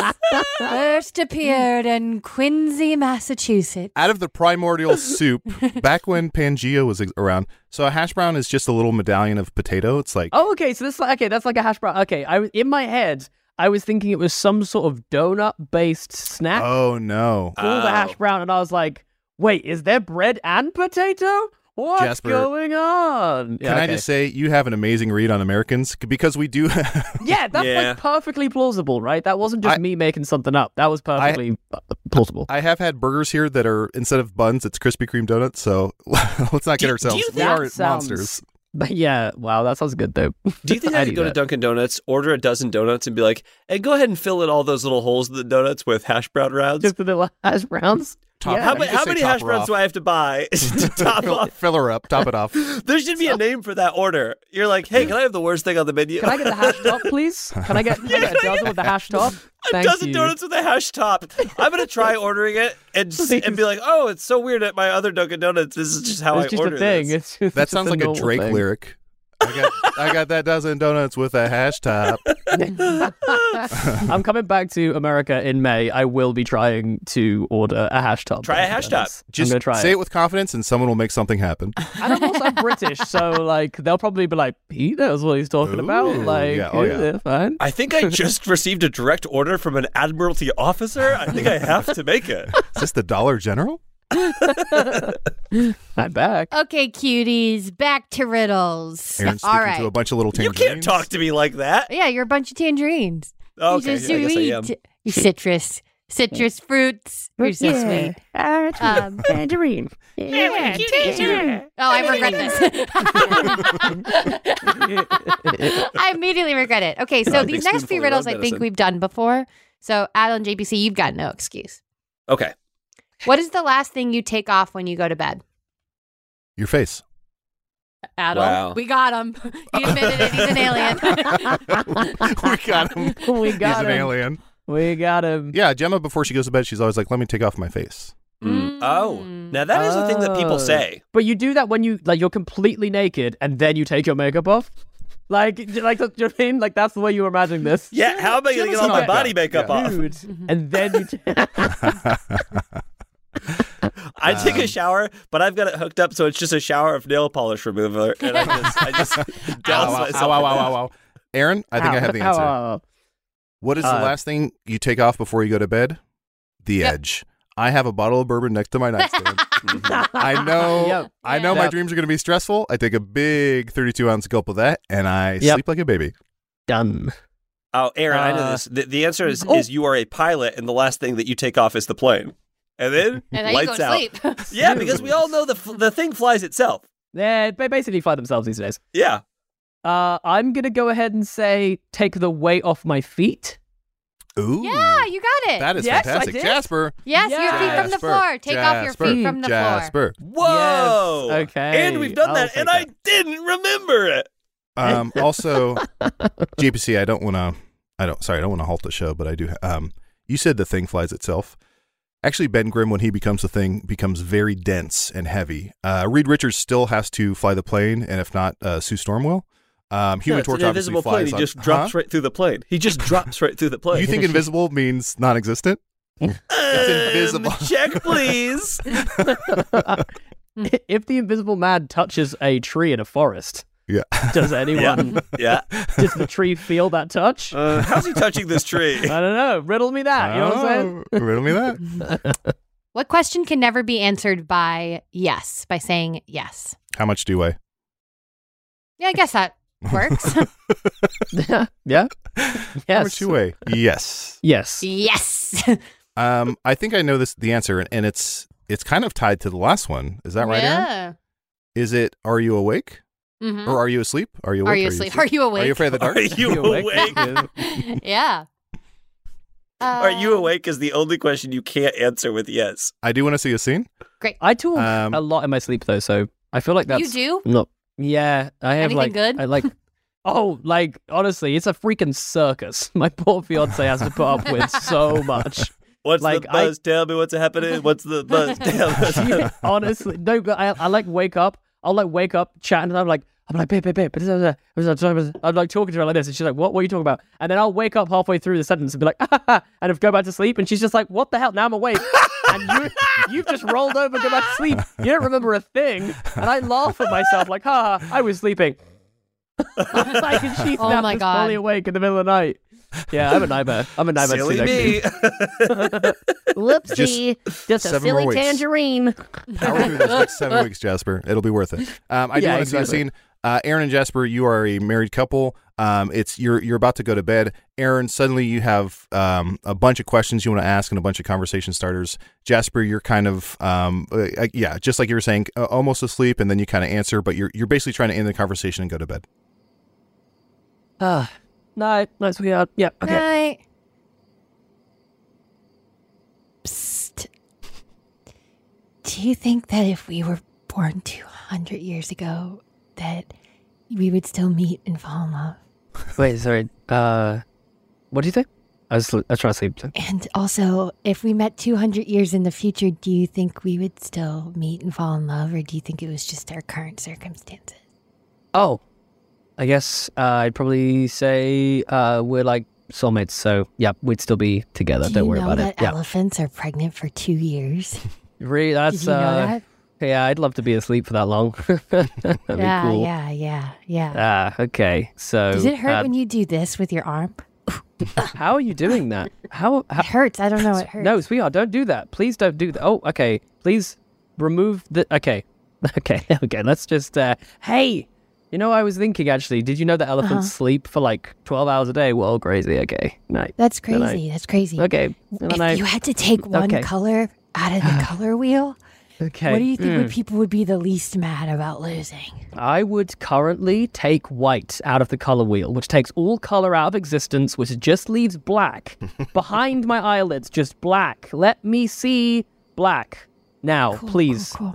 first appeared in Quincy, Massachusetts. Out of the primordial soup, back when Pangea was ex- around, so a hash brown is just a little medallion of potato. It's like Oh, okay. So this like okay, that's like a hash brown. Okay, I was in my head. I was thinking it was some sort of donut-based snack Oh no! Uh, called a hash brown, and I was like, wait, is there bread and potato? What's Jasper, going on? Can I just say you have an amazing read on Americans C- because we do. Yeah, that's Yeah. like perfectly plausible, right? That wasn't just me making something up. That was perfectly uh, plausible. I have had burgers here that are instead of buns, it's Krispy Kreme donuts. So let's not get ourselves. we That are sounds- monsters. But yeah, wow, that sounds good though. Do you think I could go to Dunkin' Donuts, order a dozen donuts, and be like, "Hey, go ahead and fill in all those little holes in the donuts with hash brown rounds." Just the little hash browns. Top- how you ma- could how say many top hash her browns off. do I have to buy to top off? Fill her up, top it off. There should be a name for that order. You're like, hey, can I have the worst thing on the menu? Can I get the hash top, please? Can I get, can I get a dozen with the hash top? a Thank dozen you. donuts with a hash top? I'm gonna try ordering it and s- and be like, oh, it's so weird at my other Dunkin' Donuts. This is just how It's I just a order thing. this. It's just- That it's sounds just like a normal Drake thing. lyric. I got, I got that dozen donuts with a hash top. I'm coming back to America in May. I will be trying to order a hash top. Try a hash top. I'm Just gonna try say it. it with confidence, and someone will make something happen. And of course, I'm British, so like they'll probably be like, "He knows what he's talking about." Ooh, Like, yeah, oh, yeah. they're fine. I think I just received a direct order from an Admiralty officer. I think I have to make it. Is this the Dollar General? I'm back. Okay, cuties, back to riddles. Aaron's All speaking right. to a bunch of little You tangerines. can't talk to me like that. yeah, you're a bunch of tangerines. Okay, you just yeah, I you guess I eat am. you citrus, citrus fruits. You're so Yeah. sweet. Ah, it's Um, tangerine. Yeah, tangerine. Oh, I regret this. I immediately regret it. Okay, so Uh, big these next spoonful few of riddles road I think medicine. we've done before. So, Alan JPC, you've got no excuse. Okay. What is the last thing you take off when you go to bed? Your face. Adel, Wow. we got him. He admitted it. He's an alien. we got him. We He's got an him. alien. We got him. Yeah, Gemma. Before she goes to bed, she's always like, "Let me take off my face." Oh, Mm. now that is the thing that people Oh. say. But you do that when you like you're completely naked and then you take your makeup off. Like, like do you know what I mean? Like that's the way you were imagining this. Yeah, how am I going to get all my body makeup off? Dude, and then you. I take a shower, but I've got it hooked up so it's just a shower of nail polish remover, and I just, I just douse Ow, ow, myself. ow, ow, with ow, that. ow, ow. Aaron, I think I Ow, have the ow, answer. ow, ow. What is the Uh, last thing you take off before you go to bed? The Yep. edge. I have a bottle of bourbon next to my nightstand. I know. Yep. I know my Yep. dreams are going to be stressful. I take a big 32 ounce gulp of that, and I Yep. sleep like a baby. Done. Oh, Aaron, I know Uh, this. The, the answer is, oh. is you are a pilot, and the last thing that you take off is the plane, and then, And then you go lights to out. sleep. Yeah, because we all know the f- the thing flies itself. Yeah, they basically fly themselves these days. Yeah. Uh, I'm gonna go ahead and say take the weight off my feet. Ooh. Yeah, you got it. That is Yes, I fantastic. did. Jasper. Yes, your feet from the Jasper. floor. Take off your feet from the floor. Jasper. Whoa. okay, And we've done I'll that, take and I didn't remember it. Um, also, JPC, I don't want to. I don't. Sorry, I don't want to halt the show, but I do. Um, you said the thing flies itself. Actually, Ben Grimm, when he becomes a thing, becomes very dense and heavy. Uh, Reed Richards still has to fly the plane, and if not, uh, Sue Storm will. Um, Human No, it's Torch an obviously invisible plane. flies He on- just drops Huh? right through the plane. He just drops right through the plane. You think invisible means non-existent? it's invisible. Um, Check, please. Hmm. if the invisible man touches a tree in a forest, yeah. does anyone? Yeah. Does the tree feel that touch? Uh, how's he touching this tree? I don't know. Riddle me that. You know what I'm saying? Oh, Riddle me that. What question can never be answered by yes, by saying yes? How much do you weigh? Yeah, I guess that works. Oh. Yeah. How much do you weigh? Yes. Yes. yes. Um, I think I know this the answer, and, and it's it's kind of tied to the last one. Is that right, Aaron? Yeah. Is it are you awake? Mhm. Or are you asleep? Are you Are awake? you asleep? Are you Are you awake? afraid of the dark? Are you awake? yeah. Uh, Are you awake? Is the only question you can't answer with yes. I do want to see a scene. Great. I talk Um, a lot in my sleep though, so I feel like You that's do? Not yeah, I have Anything like good? I like oh like honestly, it's a freaking circus. My poor fiance has to put up with so much. What's like the I- buzz? Tell me what's happening. What's the buzz? Tell me. Yeah, honestly, no. but I, I like wake up. I'll like wake up chatting, and I'm like, I'm like, babe, babe, babe. but this- this- this- this- I'm like talking to her like this, and she's like, what? What are you talking about? And then I'll wake up halfway through the sentence and be like, "Ah, and I've go back to sleep, and she's just like, what the hell? Now I'm awake, and you, you've just rolled over, go back to sleep. You don't remember a thing, and I laugh at myself like, ha, I was sleeping. like, and she Oh snapped my us God. fully awake in the middle of the night. Yeah, I'm a nightmare. I'm a nightmare Silly too. actually. me. Whoopsie. Just, a seven more silly weeks. tangerine. Power through those next seven weeks, Jasper. It'll be worth it. Um, I do Yeah, want to see exactly. a scene. Uh, Aaron and Jasper, you are a married couple. Um, it's you're you're about to go to bed. Aaron, suddenly you have um, a bunch of questions you want to ask and a bunch of conversation starters. Jasper, you're kind of um, uh, uh, yeah, just like you were saying, uh, almost asleep, and then you kind of answer, but you're you're basically trying to end the conversation and go to bed. Ah, No, no, sweetheart. Yeah, okay. Night. Psst. Do you think that if we were born 200 years ago, that we would still meet and fall in love? Wait, sorry. Uh, what do you think? I was, I was trying to sleep. And also, if we met 200 years in the future, do you think we would still meet and fall in love, or do you think it was just our current circumstances? Oh, I guess uh, I'd probably say uh, we're like soulmates. So yeah, we'd still be together. do Don't you worry know about that it. Yeah, elephants are pregnant for two years? really. That's you know uh, that? yeah. I'd love to be asleep for that long. That'd yeah, be cool. yeah, yeah, yeah. Ah, okay. So Does it hurt uh, when you do this with your arm? how are you doing that? How, how it hurts? I don't know. It hurts. Uh, No, sweetheart, don't do that. Please don't do that. Oh, okay. Please remove the. Okay, okay, okay. Let's just. Uh, hey, you know, I was thinking actually. Did you know that elephants Uh-huh. sleep for like twelve hours a day? Well, crazy. Okay, night. That's Good night. crazy. That's crazy. Okay. Good If night. you had to take one Okay. color out of the color wheel, Okay. what do you think Mm. would people would be the least mad about losing? hmm. I would currently take white out of the color wheel, which takes all color out of existence, which just leaves black behind my eyelids. Just black. Let me see black now, please. Oh,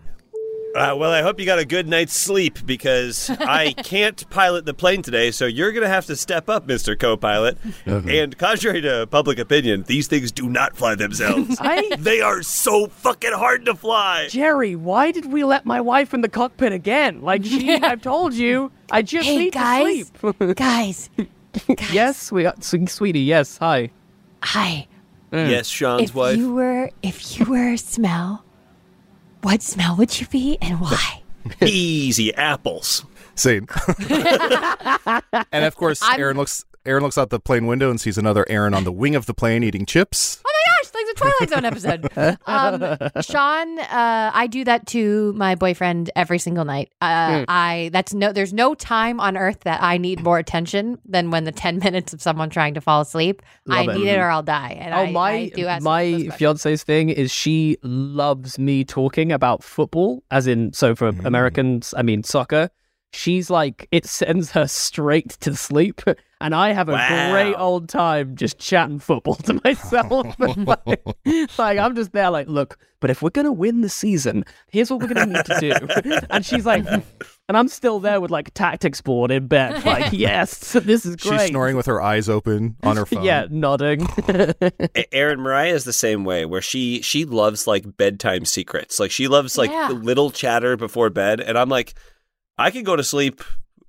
Uh, well, I hope you got a good night's sleep because I can't pilot the plane today, so you're going to have to step up, Mr. Co pilot. And contrary to public opinion, these things do not fly themselves. I- They are so fucking hard to fly. Jerry, why did we let my wife in the cockpit again? Like she, I've told you, I just Hey, need guys. to sleep. guys, yes, sweet, sweet- sweetie. Yes, hi. hi. Yes, Sean's if you were if you were a smell, what smell would you be and why? Easy apples. Same. and of course, I'm- Aaron looks Aaron looks out the plane window and sees another Aaron on the wing of the plane eating chips. Oh my gosh, like the Twilight Zone episode. Um, Sean, uh, I do that to my boyfriend every single night. Uh, Hmm. I that's no, there's no time on earth that I need more attention than when the ten minutes of someone trying to fall asleep. Love I it. need it or I'll die. And oh I, my, I do ask those my questions. fiance's thing is she Mm. loves me talking about football, as in so for Americans, I mean soccer. she's like it sends her straight to sleep and i have a Wow. great old time just chatting football to myself like, like, i'm just there like look but if we're gonna win the season here's what we're gonna need to do and she's like and i'm still there with like tactics board in bed like yes this is great She's snoring with her eyes open on her phone. yeah nodding Aaron Mariah is the same way, where she she loves like bedtime secrets. Like she loves like Yeah. little chatter before bed, and I'm like, I can go to sleep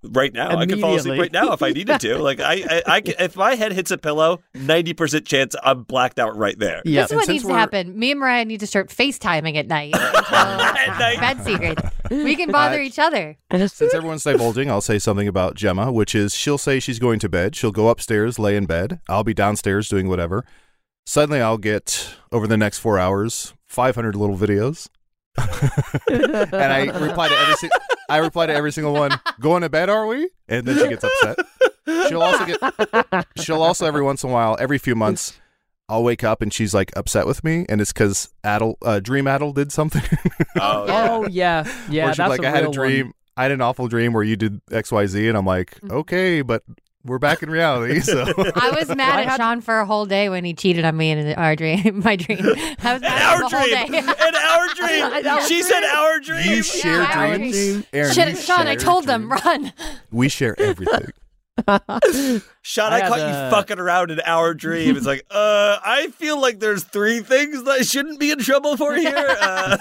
right now. I can fall asleep Immediately. right now if I needed to. Like I, I, I can, if my head hits a pillow, ninety percent chance I'm blacked out right there. This is what needs to happen. Me and Mariah need to start FaceTiming at night. Bad secrets. We can bother Uh, each other. Since everyone's divulging, I'll say something about Gemma, which is she'll say she's going to bed. She'll go upstairs, lay in bed. I'll be downstairs doing whatever. Suddenly, I'll get over the next four hours 500 little videos, and I reply to every. Si- I reply to every single one. Going to bed, are we? And then she gets upset. She'll also get. She'll also every once in a while, every few months. I'll wake up and she's like upset with me, and it's because Adel, uh, Dream Adel did something. Oh, oh yeah yeah where she's that's like, a I had a real one. dream. I had an awful dream where you did X, Y, Z, and I'm like, okay, but we're back in reality. So I was mad at Sean for a whole day when he cheated on me in our dream, my dream. I was mad at him the whole Our dream. day. An hour dream. She said our dream. you share our dreams, dream. Aaron. Shit, you Sean, I share- told them, run. we share everything. Sean, I, I caught had you a- fucking around an hour dream. It's like, uh, I feel like there's three things that I shouldn't be in trouble for here. Uh,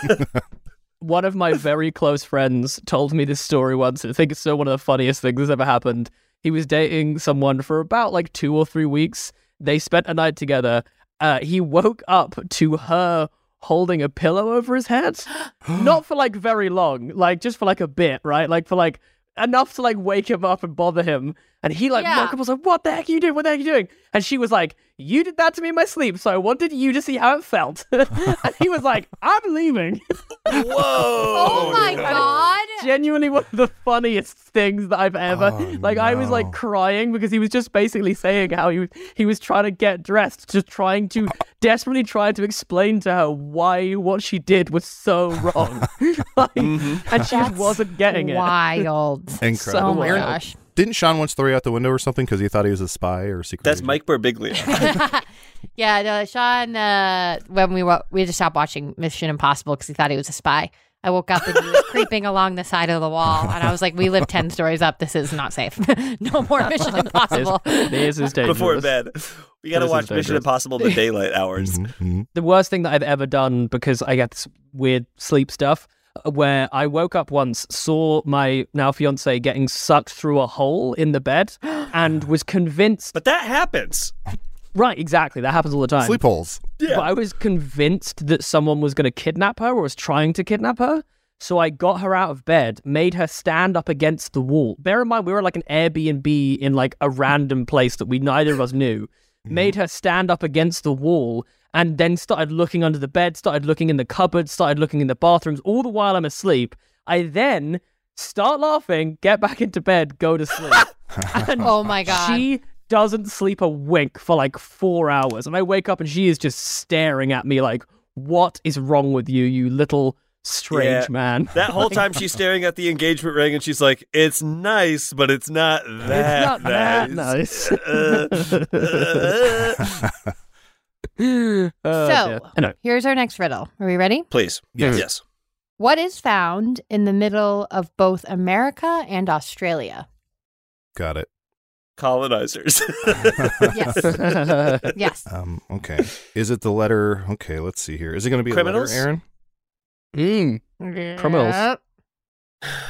one of my very close friends told me this story once. and I think it's still one of the funniest things that's ever happened. He was dating someone for about like two or three weeks. They spent a night together. Uh, he woke up to her holding a pillow over his head, not for like very long, like just for like a bit, right? Like for like enough to like wake him up and bother him. And he like Yeah. woke up and was like, "What the heck are you doing? What the heck are you doing?" And she was like, "You did that to me in my sleep, so I wanted you to see how it felt." and he was like, "I'm leaving." Whoa! Oh my god! Genuinely one of the funniest things that I've ever. Oh, like I was like crying because he was just basically saying how he was he was trying to get dressed, just trying to desperately trying to explain to her why what she did was so wrong, like, Mm-hmm. and she just wasn't getting it. Wild. Incredible. Oh my Aaron, gosh. Didn't Sean once throw you out the window or something because he thought he was a spy or a secret? That's Mike Berbiglia. Yeah, no, Sean, uh, when we were, we just stopped watching Mission Impossible because he thought he was a spy. I woke up and he was creeping along the side of the wall, and I was like, "We live ten stories up. This is not safe. no more Mission Impossible." This is dangerous. Before bed. We got to This is watch Mission dangerous. Impossible the daylight hours. the worst thing that I've ever done because I get this weird sleep stuff uh, where I woke up once, saw my now fiance getting sucked through a hole in the bed and was convinced. But that happens. Right, exactly. That happens all the time. Sleep holes. But I was convinced that someone was going to kidnap her or was trying to kidnap her. So I got her out of bed, made her stand up against the wall. Bear in mind, we were like an Airbnb in like a random place that we neither of us knew. Made her stand up against the wall and then started looking under the bed, started looking in the cupboards, started looking in the bathrooms, all the while I'm asleep. I then start laughing, get back into bed, go to sleep. And Oh my God. She doesn't sleep a wink for like four hours. And I wake up and she is just staring at me like, what is wrong with you, you little Yeah. strange man? That whole time she's staring at the engagement ring and she's like, it's nice, but it's not that not that nice. nice. Uh, uh, uh. Oh, so here's our next riddle. Are we ready? Please. Yes. yes. What is found in the middle of both America and Australia? Got it. Colonizers. Yes. Yes. Um, okay. Is it the letter? Okay, let's see here. Is it going to be Criminals? a letter, Aaron? Mm. Criminals.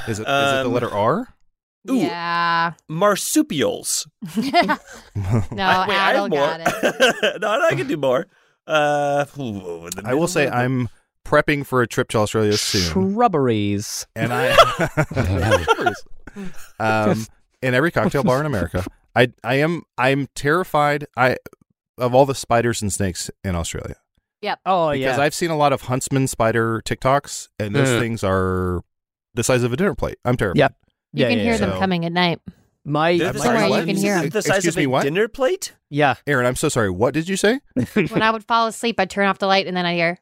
Is it, is it the Um, letter R? Ooh. Yeah. Marsupials. No, I, wait, I Adel have more. got it. no, no, I can do more. Uh, I will say I'm prepping for a trip to Australia soon. Shrubberies. and I um, in every cocktail bar in America. I I am I'm terrified I of all the spiders and snakes in Australia Yep. Oh, because yeah. I've seen a lot of huntsman spider TikToks and those Mm. things are the size of a dinner plate. I'm terrified. Yep. You can hear them So- coming at night. My, They're my the size Sorry, of you a- can hear 'em. The size Excuse of me, a what? dinner plate? yeah. Aaron, I'm so sorry. What did you say? when I would fall asleep, I'd turn off the light and then I'd hear,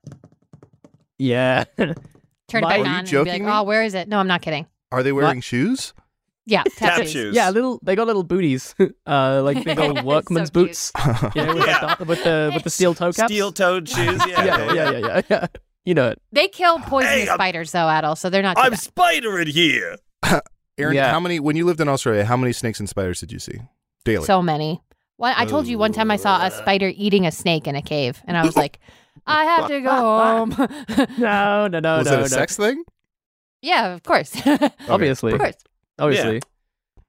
Yeah. turn it My- back on. and Are you be like, joking me? oh, where is it? No, I'm not kidding. Are they wearing shoes? Yeah, tap, Tap shoes. Yeah, little. They got little booties, uh, like big old workman's boots. You know, with, The, with the with the steel toe caps. Steel toed shoes. Yeah, yeah, yeah, yeah, yeah, yeah. You know it. They kill poisonous spiders though, Adel, so they're not. Too I'm bad. spider in here. Aaron, Yeah. how many when you lived in Australia? How many snakes and spiders did you see daily? So many. One, I told you one time I saw a spider eating a snake in a cave, and I was like, I have to go home. no, no, no, was no, it a no. sex thing? yeah, of course. Obviously. Of course. Obviously.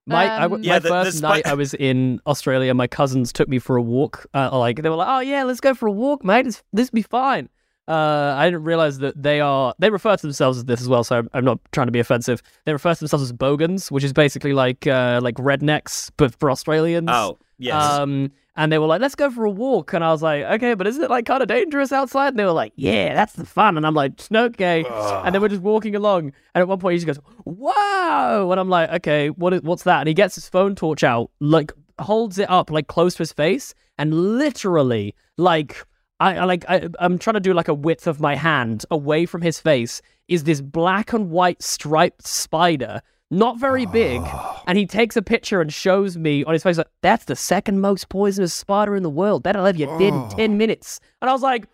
My, I w Um, my Yeah, the- the first spi- night I was in Australia, my cousins took me for a walk. Uh, like they were like, "Oh yeah, let's go for a walk, mate. It's, this be fine." Uh, I didn't realize that they are they refer to themselves as this as well. So I'm, I'm not trying to be offensive. They refer to themselves as bogans, which is basically like uh, like rednecks, but for Australians. Oh, yes. Uh, Um, and they were like, "Let's go for a walk," and I was like, "Okay, but isn't it like kind of dangerous outside?" And they were like, "Yeah, that's the fun." And I'm like, "Okay." And then we're just walking along, and at one point he just goes, "Wow!" And I'm like, "Okay, what is, what's that?" And he gets his phone torch out, like holds it up like close to his face, and literally like I, I like I, I'm trying to do like a width of my hand away from his face is this black and white striped spider, not very big, and he takes a picture and shows me on his face like that's the second most poisonous spider in the world. That'll have you dead in ten minutes. And I was like,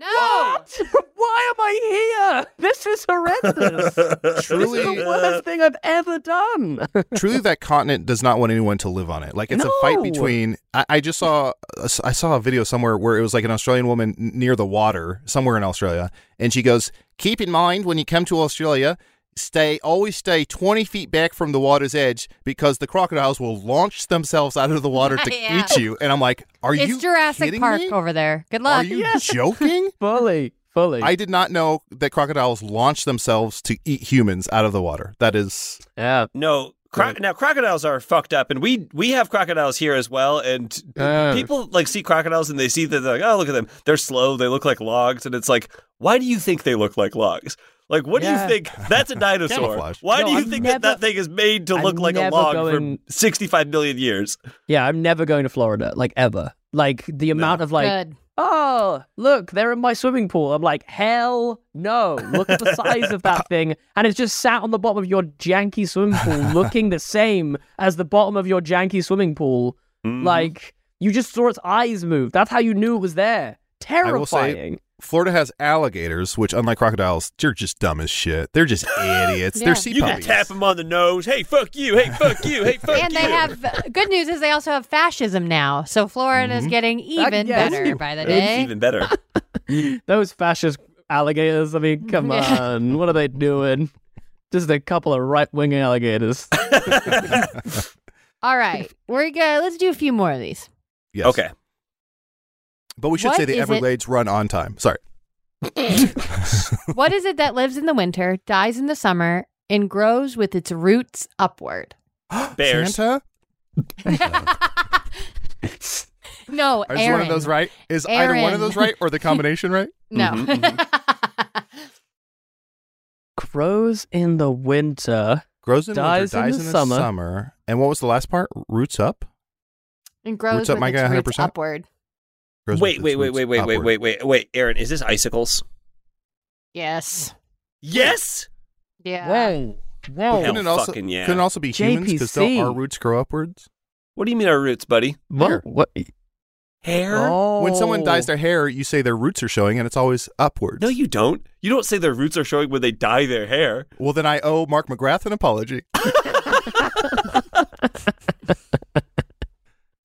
No, what? Why am I here? This is horrendous. this is Truly, the worst thing I've ever done. truly, that continent does not want anyone to live on it. Like it's a fight No. between. I, I just saw I saw a video somewhere where it was like an Australian woman n- near the water somewhere in Australia, and she goes, "Keep in mind when you come to Australia." Stay always stay twenty feet back from the water's edge because the crocodiles will launch themselves out of the water to Yeah. eat you. And I'm like, are it's you Jurassic kidding Park me? over there. Good luck. Are you joking? fully, fully. I did not know that crocodiles launch themselves to eat humans out of the water. That is yeah. No, cro- now crocodiles are fucked up, and we we have crocodiles here as well. And Oh. people like see crocodiles and they see that they're like, oh look at them, they're slow, they look like logs, and it's like, why do you think they look like logs? Like, what Yeah. do you think? That's a dinosaur. Camouflage. why No, do you I'm think that never- that thing is made to I'm look like a never log going- for sixty-five million years? Yeah, I'm never going to Florida, like ever. Like the amount of like, Good. oh, look, they're in my swimming pool. I'm like, hell no. Look at the size of that thing. And it's just sat on the bottom of your janky swimming pool, looking the same as the bottom of your janky swimming pool. Hmm. Mm-hmm. Like, you just saw its eyes move. That's how you knew it was there. I will Terrifying. say, Florida has alligators, which, unlike crocodiles, they're just dumb as shit. They're just idiots. Yeah. They're sea You can puppies. tap them on the nose. Hey, fuck you. Hey, fuck you. Hey, fuck and you. they have good news is they also have fascism now, so Mm-hmm. Florida's getting even yeah, better ooh, by the It's day. even better. Those fascist alligators, I mean, come Yeah. on. What are they doing? Just a couple of right wing alligators. All right, we're good. Let's do a few more of these. Yes. Okay. But we should What say is the it- Everglades run on time. Sorry. What is it that lives in the winter, dies in the summer, and grows with its roots upward? Bears. Santa? No, Is one of Aaron. those right? Mm-hmm, Is either one Aaron. of those right or the combination right? No. mm-hmm. Grows in the winter. Grows in Dies in winter, dies the in the summer. summer. And what was the last part? Roots up? and grows Roots up, with my its guy, roots 100%? upward. Grows Wait, with wait, wait, its roots wait, wait, wait, upward. wait, wait, wait. Aaron, is this icicles? Yes. Yes. Yeah. Whoa. Whoa. Hell Couldn't it also, fucking yeah. couldn't it also be humans because JPC. our roots grow upwards? What do you mean our roots, buddy? What? what? Hair? Oh. When someone dyes their hair, you say their roots are showing and it's always upwards. No, you don't. You don't say their roots are showing when they dye their hair. Well, then I owe Mark McGrath an apology.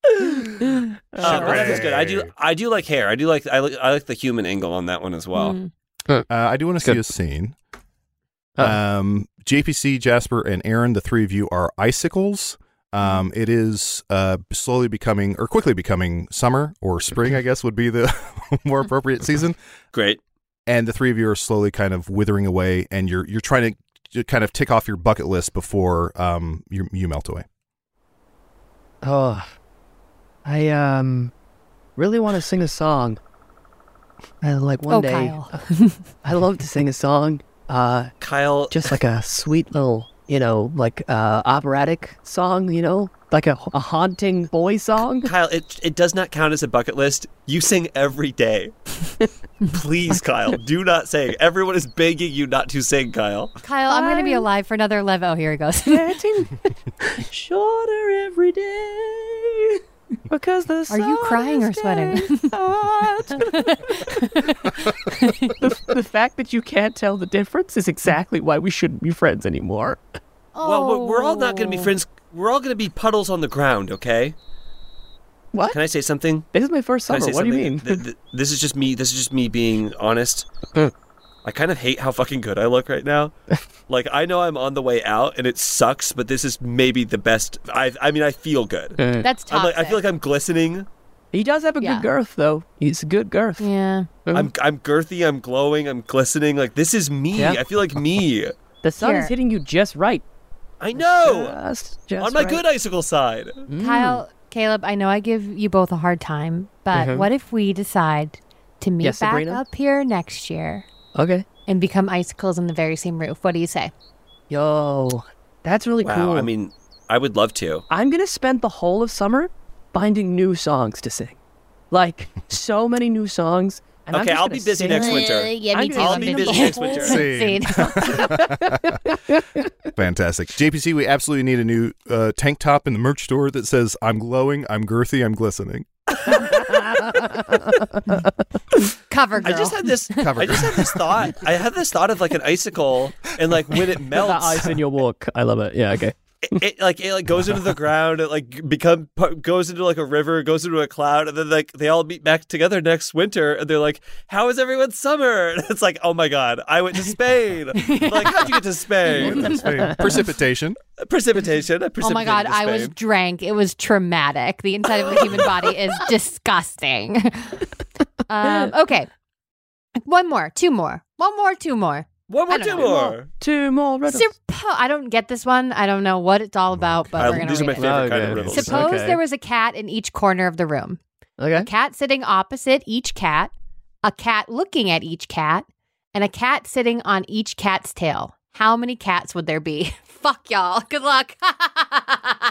Uh, but that was good. I do. I do like hair. I do like. I like. I like the human angle on that one as well. Mm. Uh, I do want to see a scene. Um, JPC, Jasper, and Aaron, the three of you are icicles. Um, it is uh, slowly becoming, or quickly becoming, summer or spring, I guess would be the more appropriate season. Great. And the three of you are slowly kind of withering away, and you're you're trying to j- kind of tick off your bucket list before um, you, you melt away. Oh, I um really want to sing a song. And like one Oh, day, Kyle. I love to sing a song. Uh, Kyle. just like a sweet little, you know, like uh operatic song, you know, like a, a haunting boy song. Kyle, it it does not count as a bucket list. You sing every day. Please, Kyle, do not sing. Everyone is begging you not to sing, Kyle. Kyle, I'm going to be alive for another level. Here he goes. shorter every day because the Are you crying or sweating? the, the fact that you can't tell the difference is exactly why we shouldn't be friends anymore. Well, we're- we're all not going to be friends. We're all going to be puddles on the ground, okay? What? Can I say something? This is my first Can I summer. say What do you something? mean? Hmm. Th- th- this is just me. This is just me being honest. I kind of hate how fucking good I look right now. like I know I'm on the way out, and it sucks, but this is maybe the best. I I mean, I feel good. Hmm. That's I'm like, I toxic. feel like I'm glistening. He does have a Yeah. Mm, good girth, though. He's a good girth. Yeah. Hmm. I'm I'm girthy. I'm glowing. I'm glistening. Like this is me. Yeah. I feel like me. The sun is Here. hitting you just right. I know. Just, on my good icicle side. Mm, hmm. Kyle, Caleb, I know I give you both a hard time, but Uh-huh. Mhm. what if we decide to meet Yes, back Sabrina? up here next year Okay. and become icicles on the very same roof? What do you say? Yo, that's really Wow. cool. I mean, I would love to. I'm gonna spend the whole of summer finding new songs to sing, like so many new songs. And I'm okay, just I'll gonna be busy sing- next winter. Yeah, I'm me gonna too. I'll I'm be gonna busy next winter. Same. Fantastic. JPC, we absolutely need a new uh, tank top in the merch store that says, I'm glowing, I'm girthy, I'm glistening. Cover girl. I just had this. Cover I just had this thought. I had this thought of like an icicle, and like when it Put that melts, ice in your walk. I love it. Yeah. Okay. it, it, like it like goes into the ground. It like become pu- goes into like a river, goes into a cloud, and then like they all meet back together next winter, and they're like, "How is everyone's summer?" And it's like, "Oh my god, I went to Spain." like, how'd you get to Spain? Precipitation. Precipitation. I Oh my precipitated god, to I was Spain. drank. It was traumatic. The inside of the human body is disgusting. um, okay. One more, two more. One more, two more. One more, I two don't know. more. Two more riddles. Suppo- I don't get this one. I don't know what it's all about, but I- we're going these to are my read favorite it. kind Okay. of riddles. Suppose Okay. there was a cat in each corner of the room. Okay. A cat sitting opposite each cat, a cat looking at each cat, and a cat sitting on each cat's tail. How many cats would there be? Fuck y'all. Good luck.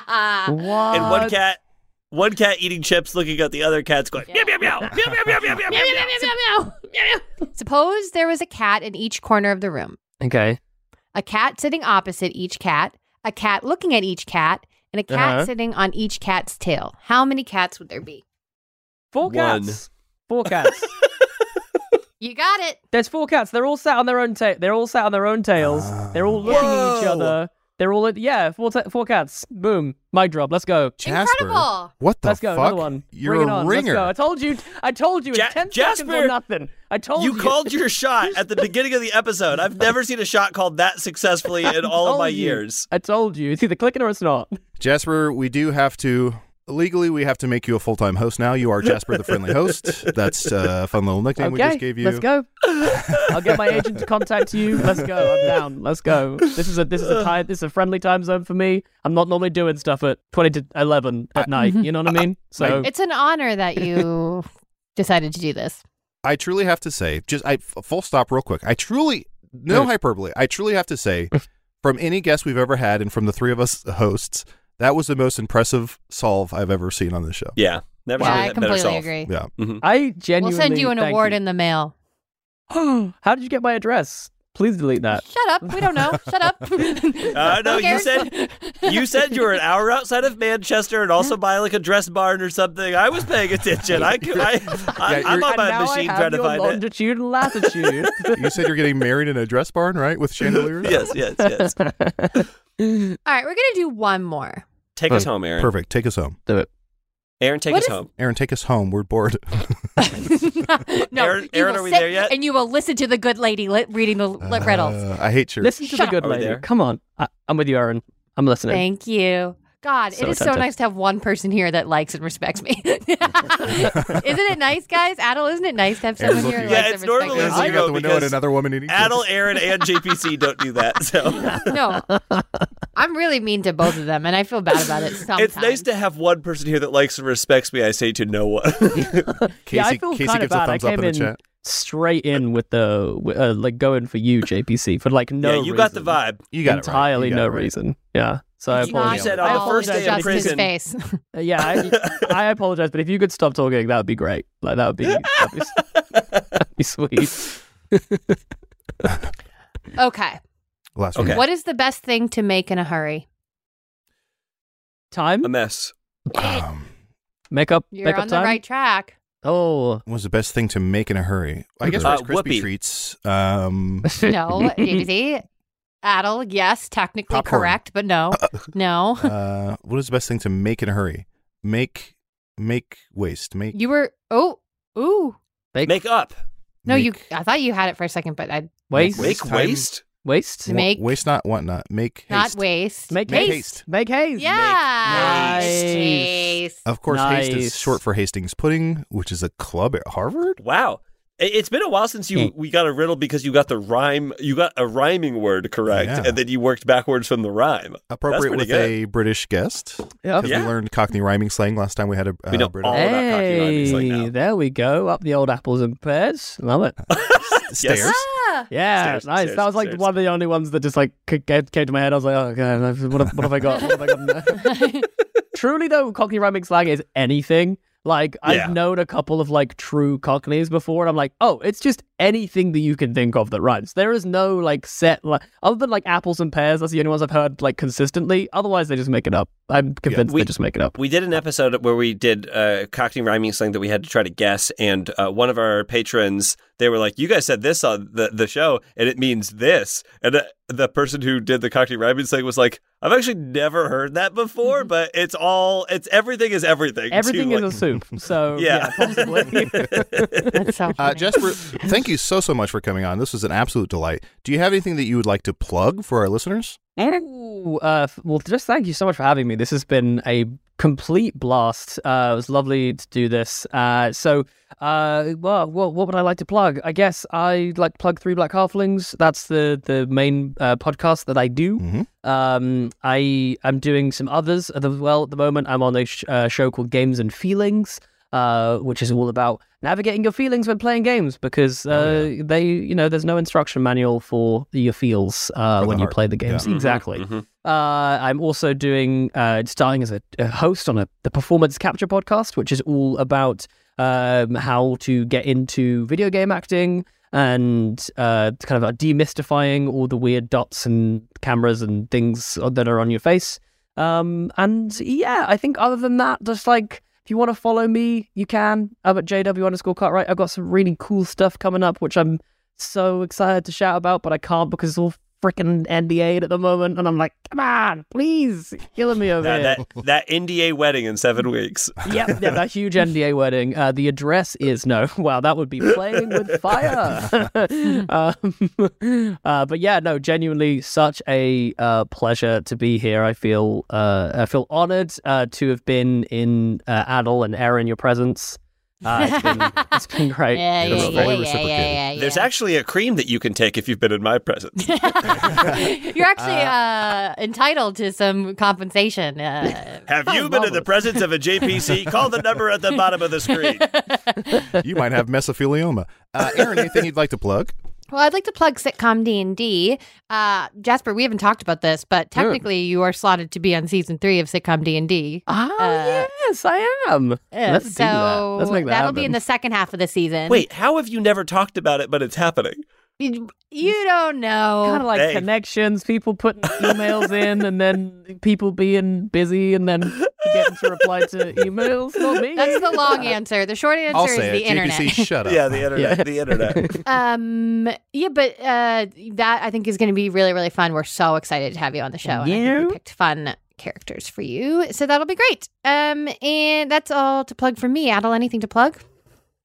And one cat, one cat eating chips, looking at the other cat's going, "Meow meow meow meow meow meow meow Meow, meow, meow, meow." meow, meow, meow, meow. Suppose there was a cat in each corner of the room, Okay. a cat sitting opposite each cat, a cat looking at each cat, and a cat Uh-huh. sitting on each cat's tail. How many cats would there be? Four One. cats. Four cats. You got it. There's four cats. They're all sat on their own tail. They're all sat on their own tails. Ah. They're all looking at each Whoa. other. They're all at- yeah. Four ta- four cats. Boom. Mic drop. Let's go. Jasper. Incredible. What the Let's go. fuck? Another one. You're Bring it a on. ringer. Let's go. I told you. I told you. in Ja- ten seconds Jasper! or nothing. I told you. You called your shot at the beginning of the episode. I've never seen a shot called that successfully in all of Told my Oh, you. years. I told you. It's either clicking or it's not. Jasper, we do have to legally we have to make you a full time host now. You are Jasper the Friendly Host. That's uh, a fun little nickname we okay. just gave you. Let's go. I'll get my agent to contact you. Let's go. I'm down. Let's go. This is a this is a time this is a friendly time zone for me. I'm not normally doing stuff at twenty to eleven at night. You know what I mean? So It's an honor that you decided to do this. I truly have to say, just I f- full stop real quick. I truly no hyperbole. I truly have to say, from any guest we've ever had and from the three of us hosts, that was the most impressive solve I've ever seen on this show. Yeah, never Yeah, seen I that better completely solve. agree. Yeah. I We'll genuinely send you an thank award in the mail. How did you get my address? Please delete that. Shut up. We don't know. Shut up. Uh, no, Who you cares? said you said you were an hour outside of Manchester and also by like a dress barn or something. I was paying attention. I, could- I, I Yeah, I'm on you're- and my now machine I have trying to your find it. longitude and latitude. You said you're getting married in a dress barn, right? With chandeliers. Yes, yes, yes. All right, we're going to do one more. Take us home, Aaron. Perfect. Take us home, Do it. Aaron, take What us is- home. Aaron. Take us home. We're bored. no, Aaron- you Aaron, will are we sit there yet? And you will listen to the good lady li- reading the li- riddles. Uh, I hate your. Listen to Shut the good up. Are we lady. there? Come on. I- I'm with you, Aaron. I'm listening. Thank you. God, So it is so attentive. nice to have one person here that likes and respects me. isn't it nice, guys? Adel, isn't it nice to have someone Aaron's here? looking- who likes and Yeah, it's respects normally me? Aaron's looking out the window at because another woman eating. Adel, Aaron, and JPC don't do that. So No, I'm really mean to both of them, and I feel bad about it sometimes. it's nice to have one person here that likes and respects me. I say to no one. Casey, yeah, I feel Casey kind gives of a bad. thumbs I up came in the in chat. straight in with the wi- uh, like going for you, JPC, for like no. yeah, you got the reason. vibe. You got it right. You entirely got no it right. reason. Yeah, So I It's not apologize. said I all apologize. just his face. Uh, yeah, I, I apologize, but if you could stop talking, that would be great. Like that would be, that'd be, that'd be sweet. Okay. Last one. What is the best thing to make in a hurry? Time? A mess. Um, Make up, You're Make up on the time? right track. Oh, what was the best thing to make in a hurry? I guess Uh, Rice Krispie whoopee. treats. Um, No, Daisy. Adel, yes, technically Popcorn. correct, but no. No. uh, what is the best thing to make in a hurry? Make, make waste. Make You were oh ooh. make, up. No, you I thought you had it for a second, but I waste, Make waste? waste, To make- waste not what not make. not haste. waste. Make Make haste. Make haste. Yeah. Nice. Of course, haste Nice. is short for Hastings Pudding, which is a club at Harvard. Wow. I- It's been a while since you Hmm. we got a riddle because you got the rhyme you got a rhyming word correct Yeah. and then you worked backwards from the rhyme. Appropriate That's with pretty good. a British guest. Yeah. Because Yeah. we learned Cockney rhyming slang last time we had a uh, We know Brit all on. about cocky rhyming slang now. Hey, there we go. Up the old apples and pears. Love it. Stairs. Yeah, Stairs, nice. stairs, that was like stairs. one of the only ones that just like c- came, came to my head. I was like, oh god, I've- what have, what have I got? What have I got? Truly though, Cockney rhyming slang is anything. Like Yeah. I've known a couple of like true Cockneys before, and I'm like, oh, it's just anything that you can think of that rhymes. There is no like set like other than like apples and pears. That's the only ones I've heard like consistently. Otherwise, they just make it up. I'm convinced we- they just make it up. We did an episode where we did uh, Cockney rhyming slang that we had to try to guess, and uh, one of our patrons they were like, "You guys said this on the the show, and it means this." And uh, the person who did the Cockney rhyming slang was like, "I've actually never heard that before, but it's all it's everything is everything. to, Mm-hmm. Everything is like- a soup. So Yeah. yeah, possibly. That's so Uh, funny. Jasper, thank you so so much for coming on. This was an absolute delight. Do you have anything that you would like to plug for our listeners? Ooh, uh, f- well, just thank you so much for having me. This has been a complete blast. Uh, it was lovely to do this. Uh, so, uh, well, what, what would I like to plug? I guess I like to plug Three Black Halflings. That's the the main uh, podcast that I do. Mm-hmm. Um, I am doing some others as well at the moment. I'm on a sh- uh, show called Games and Feelings. Uh, which is all about navigating your feelings when playing games Oh, because uh, they, you know, there's no instruction manual for your feels uh, when you heart. play the games. Yeah. Mhm, Exactly. Mm-hmm. Uh, I'm also doing uh, starting as a, a host on a the Performance Capture podcast, which is all about um, how to get into video game acting and uh, kind of demystifying all the weird dots and cameras and things that are on your face. Um, and yeah, I think other than that, just like if you want to follow me, you can. I'm at JW underscore Cartwright. I've got some really cool stuff coming up, which I'm so excited to shout about, but I can't because it's all freaking NDA'd at the moment. And I'm like, come on, please, you're killing me over That, here. that that NDA wedding in seven Mm-hmm. weeks. Yep, yeah, that huge NDA wedding. Uh, the address is no. Wow, that would be playing with fire. um, uh, but yeah, no, genuinely such a uh, pleasure to be here. I feel uh, I feel honored uh, to have been in uh, Adel and Aaron your presence. Uh, it's, been, it's been great. Yeah, It yeah, is fully yeah, yeah, reciprocated. yeah, yeah, There's actually a cream that you can take if you've been in my presence. yeah. You're actually uh, entitled to some compensation. Uh, Have you been in the presence of a JPC? Call the number at the bottom of the screen. You might have mesothelioma. Uh, Aaron, anything you'd like to plug? Well, I'd like to plug sitcom D and D. Uh, Jasper, we haven't talked about this, but technically, you are slotted to be on season three of sitcom D and D. Ah, yes, I am. Let's do that. Uh, so Let's make that will be in the happen. second half of the season. Wait, how have you never talked about it, but it's happening? you, you don't kind know. of like Hey. connections, people putting emails in, and then people being busy, and then getting to reply to emails. Not me. That's the long answer. The short answer I'll is say the it. internet. JPC, shut up. Yeah, the internet. Yeah. The internet. Um. Yeah, but uh, that I think is going to be really, really fun. We're so excited to have you on the show. And I think Yeah. we picked fun characters for you, so that'll be great. Um, and that's all to plug for me. Adel, anything to plug?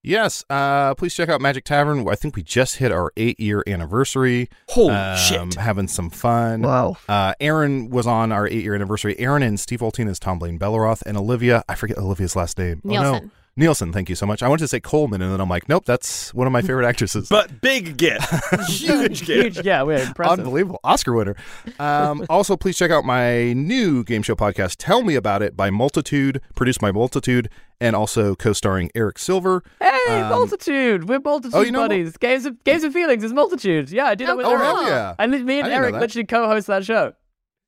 Yes. Uh, please check out Magic Tavern. I think we just hit our eight year anniversary. Holy Um, shit. Having some fun. Wow. Uh, Aaron was on our eight year anniversary. Aaron and Steve Altina's Tom Blaine Belleroth and Olivia. I forget Olivia's last name. Oh, no. Nielsen. Nielsen, thank you so much. I wanted to say Coleman, and then I'm like, nope, that's one of my favorite actresses. But big get. Huge get. Huge, yeah, we're impressive. Unbelievable. Oscar winner. Um, also, please check out my new game show podcast, Tell Me About It, by Multitude, produced by Multitude, and also co starring Eric Silver. Hey, Um, multitude! We're multitude oh, you know what- buddies. Games of Games of Feelings is multitude. Yeah, I did that with Oh, Eric. hell yeah. And me I and didn't know Eric that. literally co-host that show.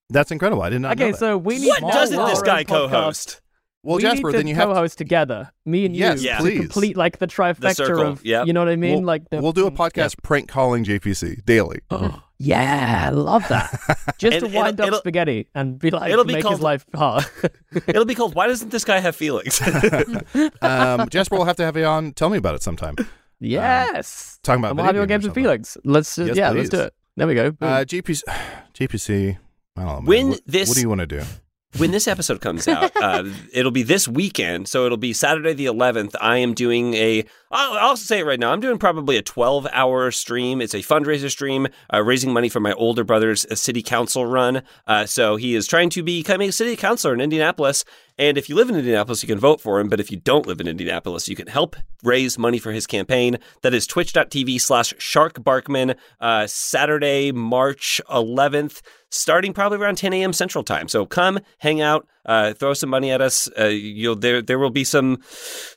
That's incredible. I did not. know Okay, that. so we need What more doesn't this guy Laura podcast. co-host? Well, we Jasper, need to then you have to- co-host together, me and Yes, you, to please. complete like the trifecta circle, of, yep. you know what I mean? We'll- like the Mm. we'll do a podcast prank calling JPC daily. yeah, I love that. just to wind up spaghetti and be like, it'll be make his called- life hard. It'll be called "Why Doesn't This Guy Have Feelings?" um, Jasper, we'll have to have you on. Tell me about it sometime. yes, Talking about and we'll have video your games with Felix. Let's just, Yes, yeah, please. let's do it. There we go. Uh, JPC, JPC. I don't know. man. When what, this- what do you want to do? when this episode comes out, uh, it'll be this weekend. So it'll be Saturday the 11th. I am doing a, I'll, I'll say it right now, I'm doing probably a 12 hour stream. It's a fundraiser stream, uh, raising money for my older brother's uh, city council run. Uh, so he is trying to become a city councilor in Indianapolis. And if you live in Indianapolis, you can vote for him. But if you don't live in Indianapolis, you can help raise money for his campaign. That is twitch.tv slash Shark Barkman, uh, Saturday, March 11th, starting probably around 10 a.m. Central Time. So come, hang out, uh, throw some money at us. Uh, you'll there there will be some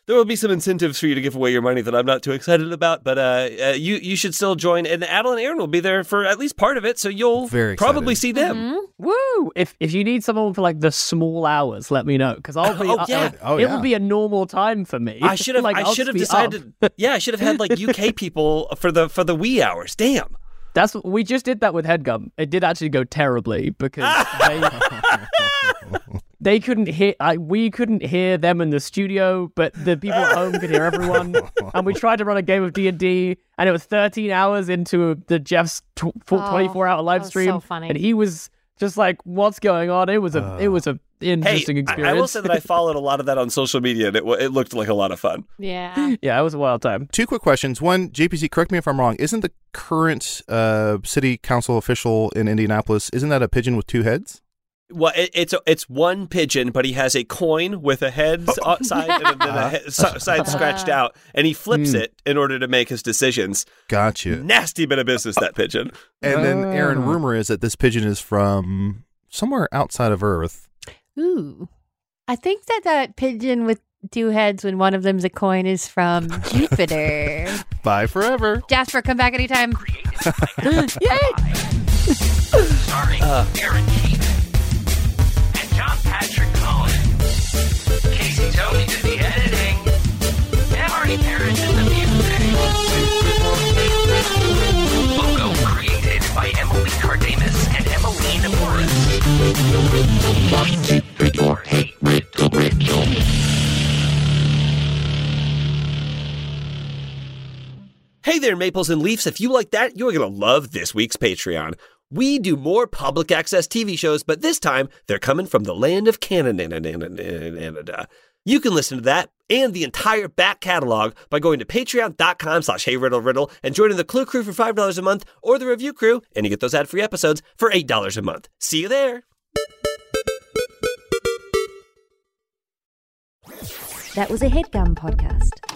there will be some incentives for you to give away your money that I'm not too excited about. But uh, uh, you you should still join. And Adel and Aaron will be there for at least part of it, so you'll Very probably see them. Woo! If if you need someone for like the small hours, let me know because I'll be. Oh, I- yeah. I- Oh, it yeah. will be a normal time for me. I should have. Like, I I'll should have be decided. up. Yeah, I should have had like UK people for the for the wee hours. Damn. That's we just did that with Headgum. It did actually go terribly because they they couldn't hear. I, we couldn't hear them in the studio, but the people at home could hear everyone. And we tried to run a game of D and D, and it was 13 hours into the Jeff's tw- full Oh, 24 hour live that was stream, so funny. and he was just like, "What's going on?" It was a it was a interesting hey, I- experience. I, will say that I followed a lot of that on social media, and it, wa- it looked like a lot of fun. Yeah. yeah, it was a wild time. Two quick questions. One, JPC, correct me if I'm wrong. Isn't the current uh, city council official in Indianapolis isn't that a pigeon with two heads? Well, it, it's a, it's one pigeon, but he has a coin with a head s- uh, side and then a he- s- side scratched out, and he flips Hmm. it in order to make his decisions. Gotcha. Mm-hmm. Nasty bit of business that pigeon. And then Aaron, Ah. Room. rumor is that this pigeon is from somewhere outside of Earth. Ooh. I think that that pigeon with two heads when one of them's a coin is from Jupiter. Bye forever. Jasper, come back anytime. Yay! Starring Aaron Keith and John Patrick Cohen. Casey Tony did the editing. And Marty Parrish did the music. Logo created by Emily Cardamus and Emily Morris. Hey there, Maples and Leafs. If you like that, you're going to love this week's Patreon. We do more public access TV shows, but this time they're coming from the land of Canada. You can listen to that and the entire back catalog by going to patreon.com slash heyriddleriddle and joining the Clue Crew for $5 a month or the Review Crew, and you get those ad-free episodes for $8 a month. See you there. That was a headgum podcast.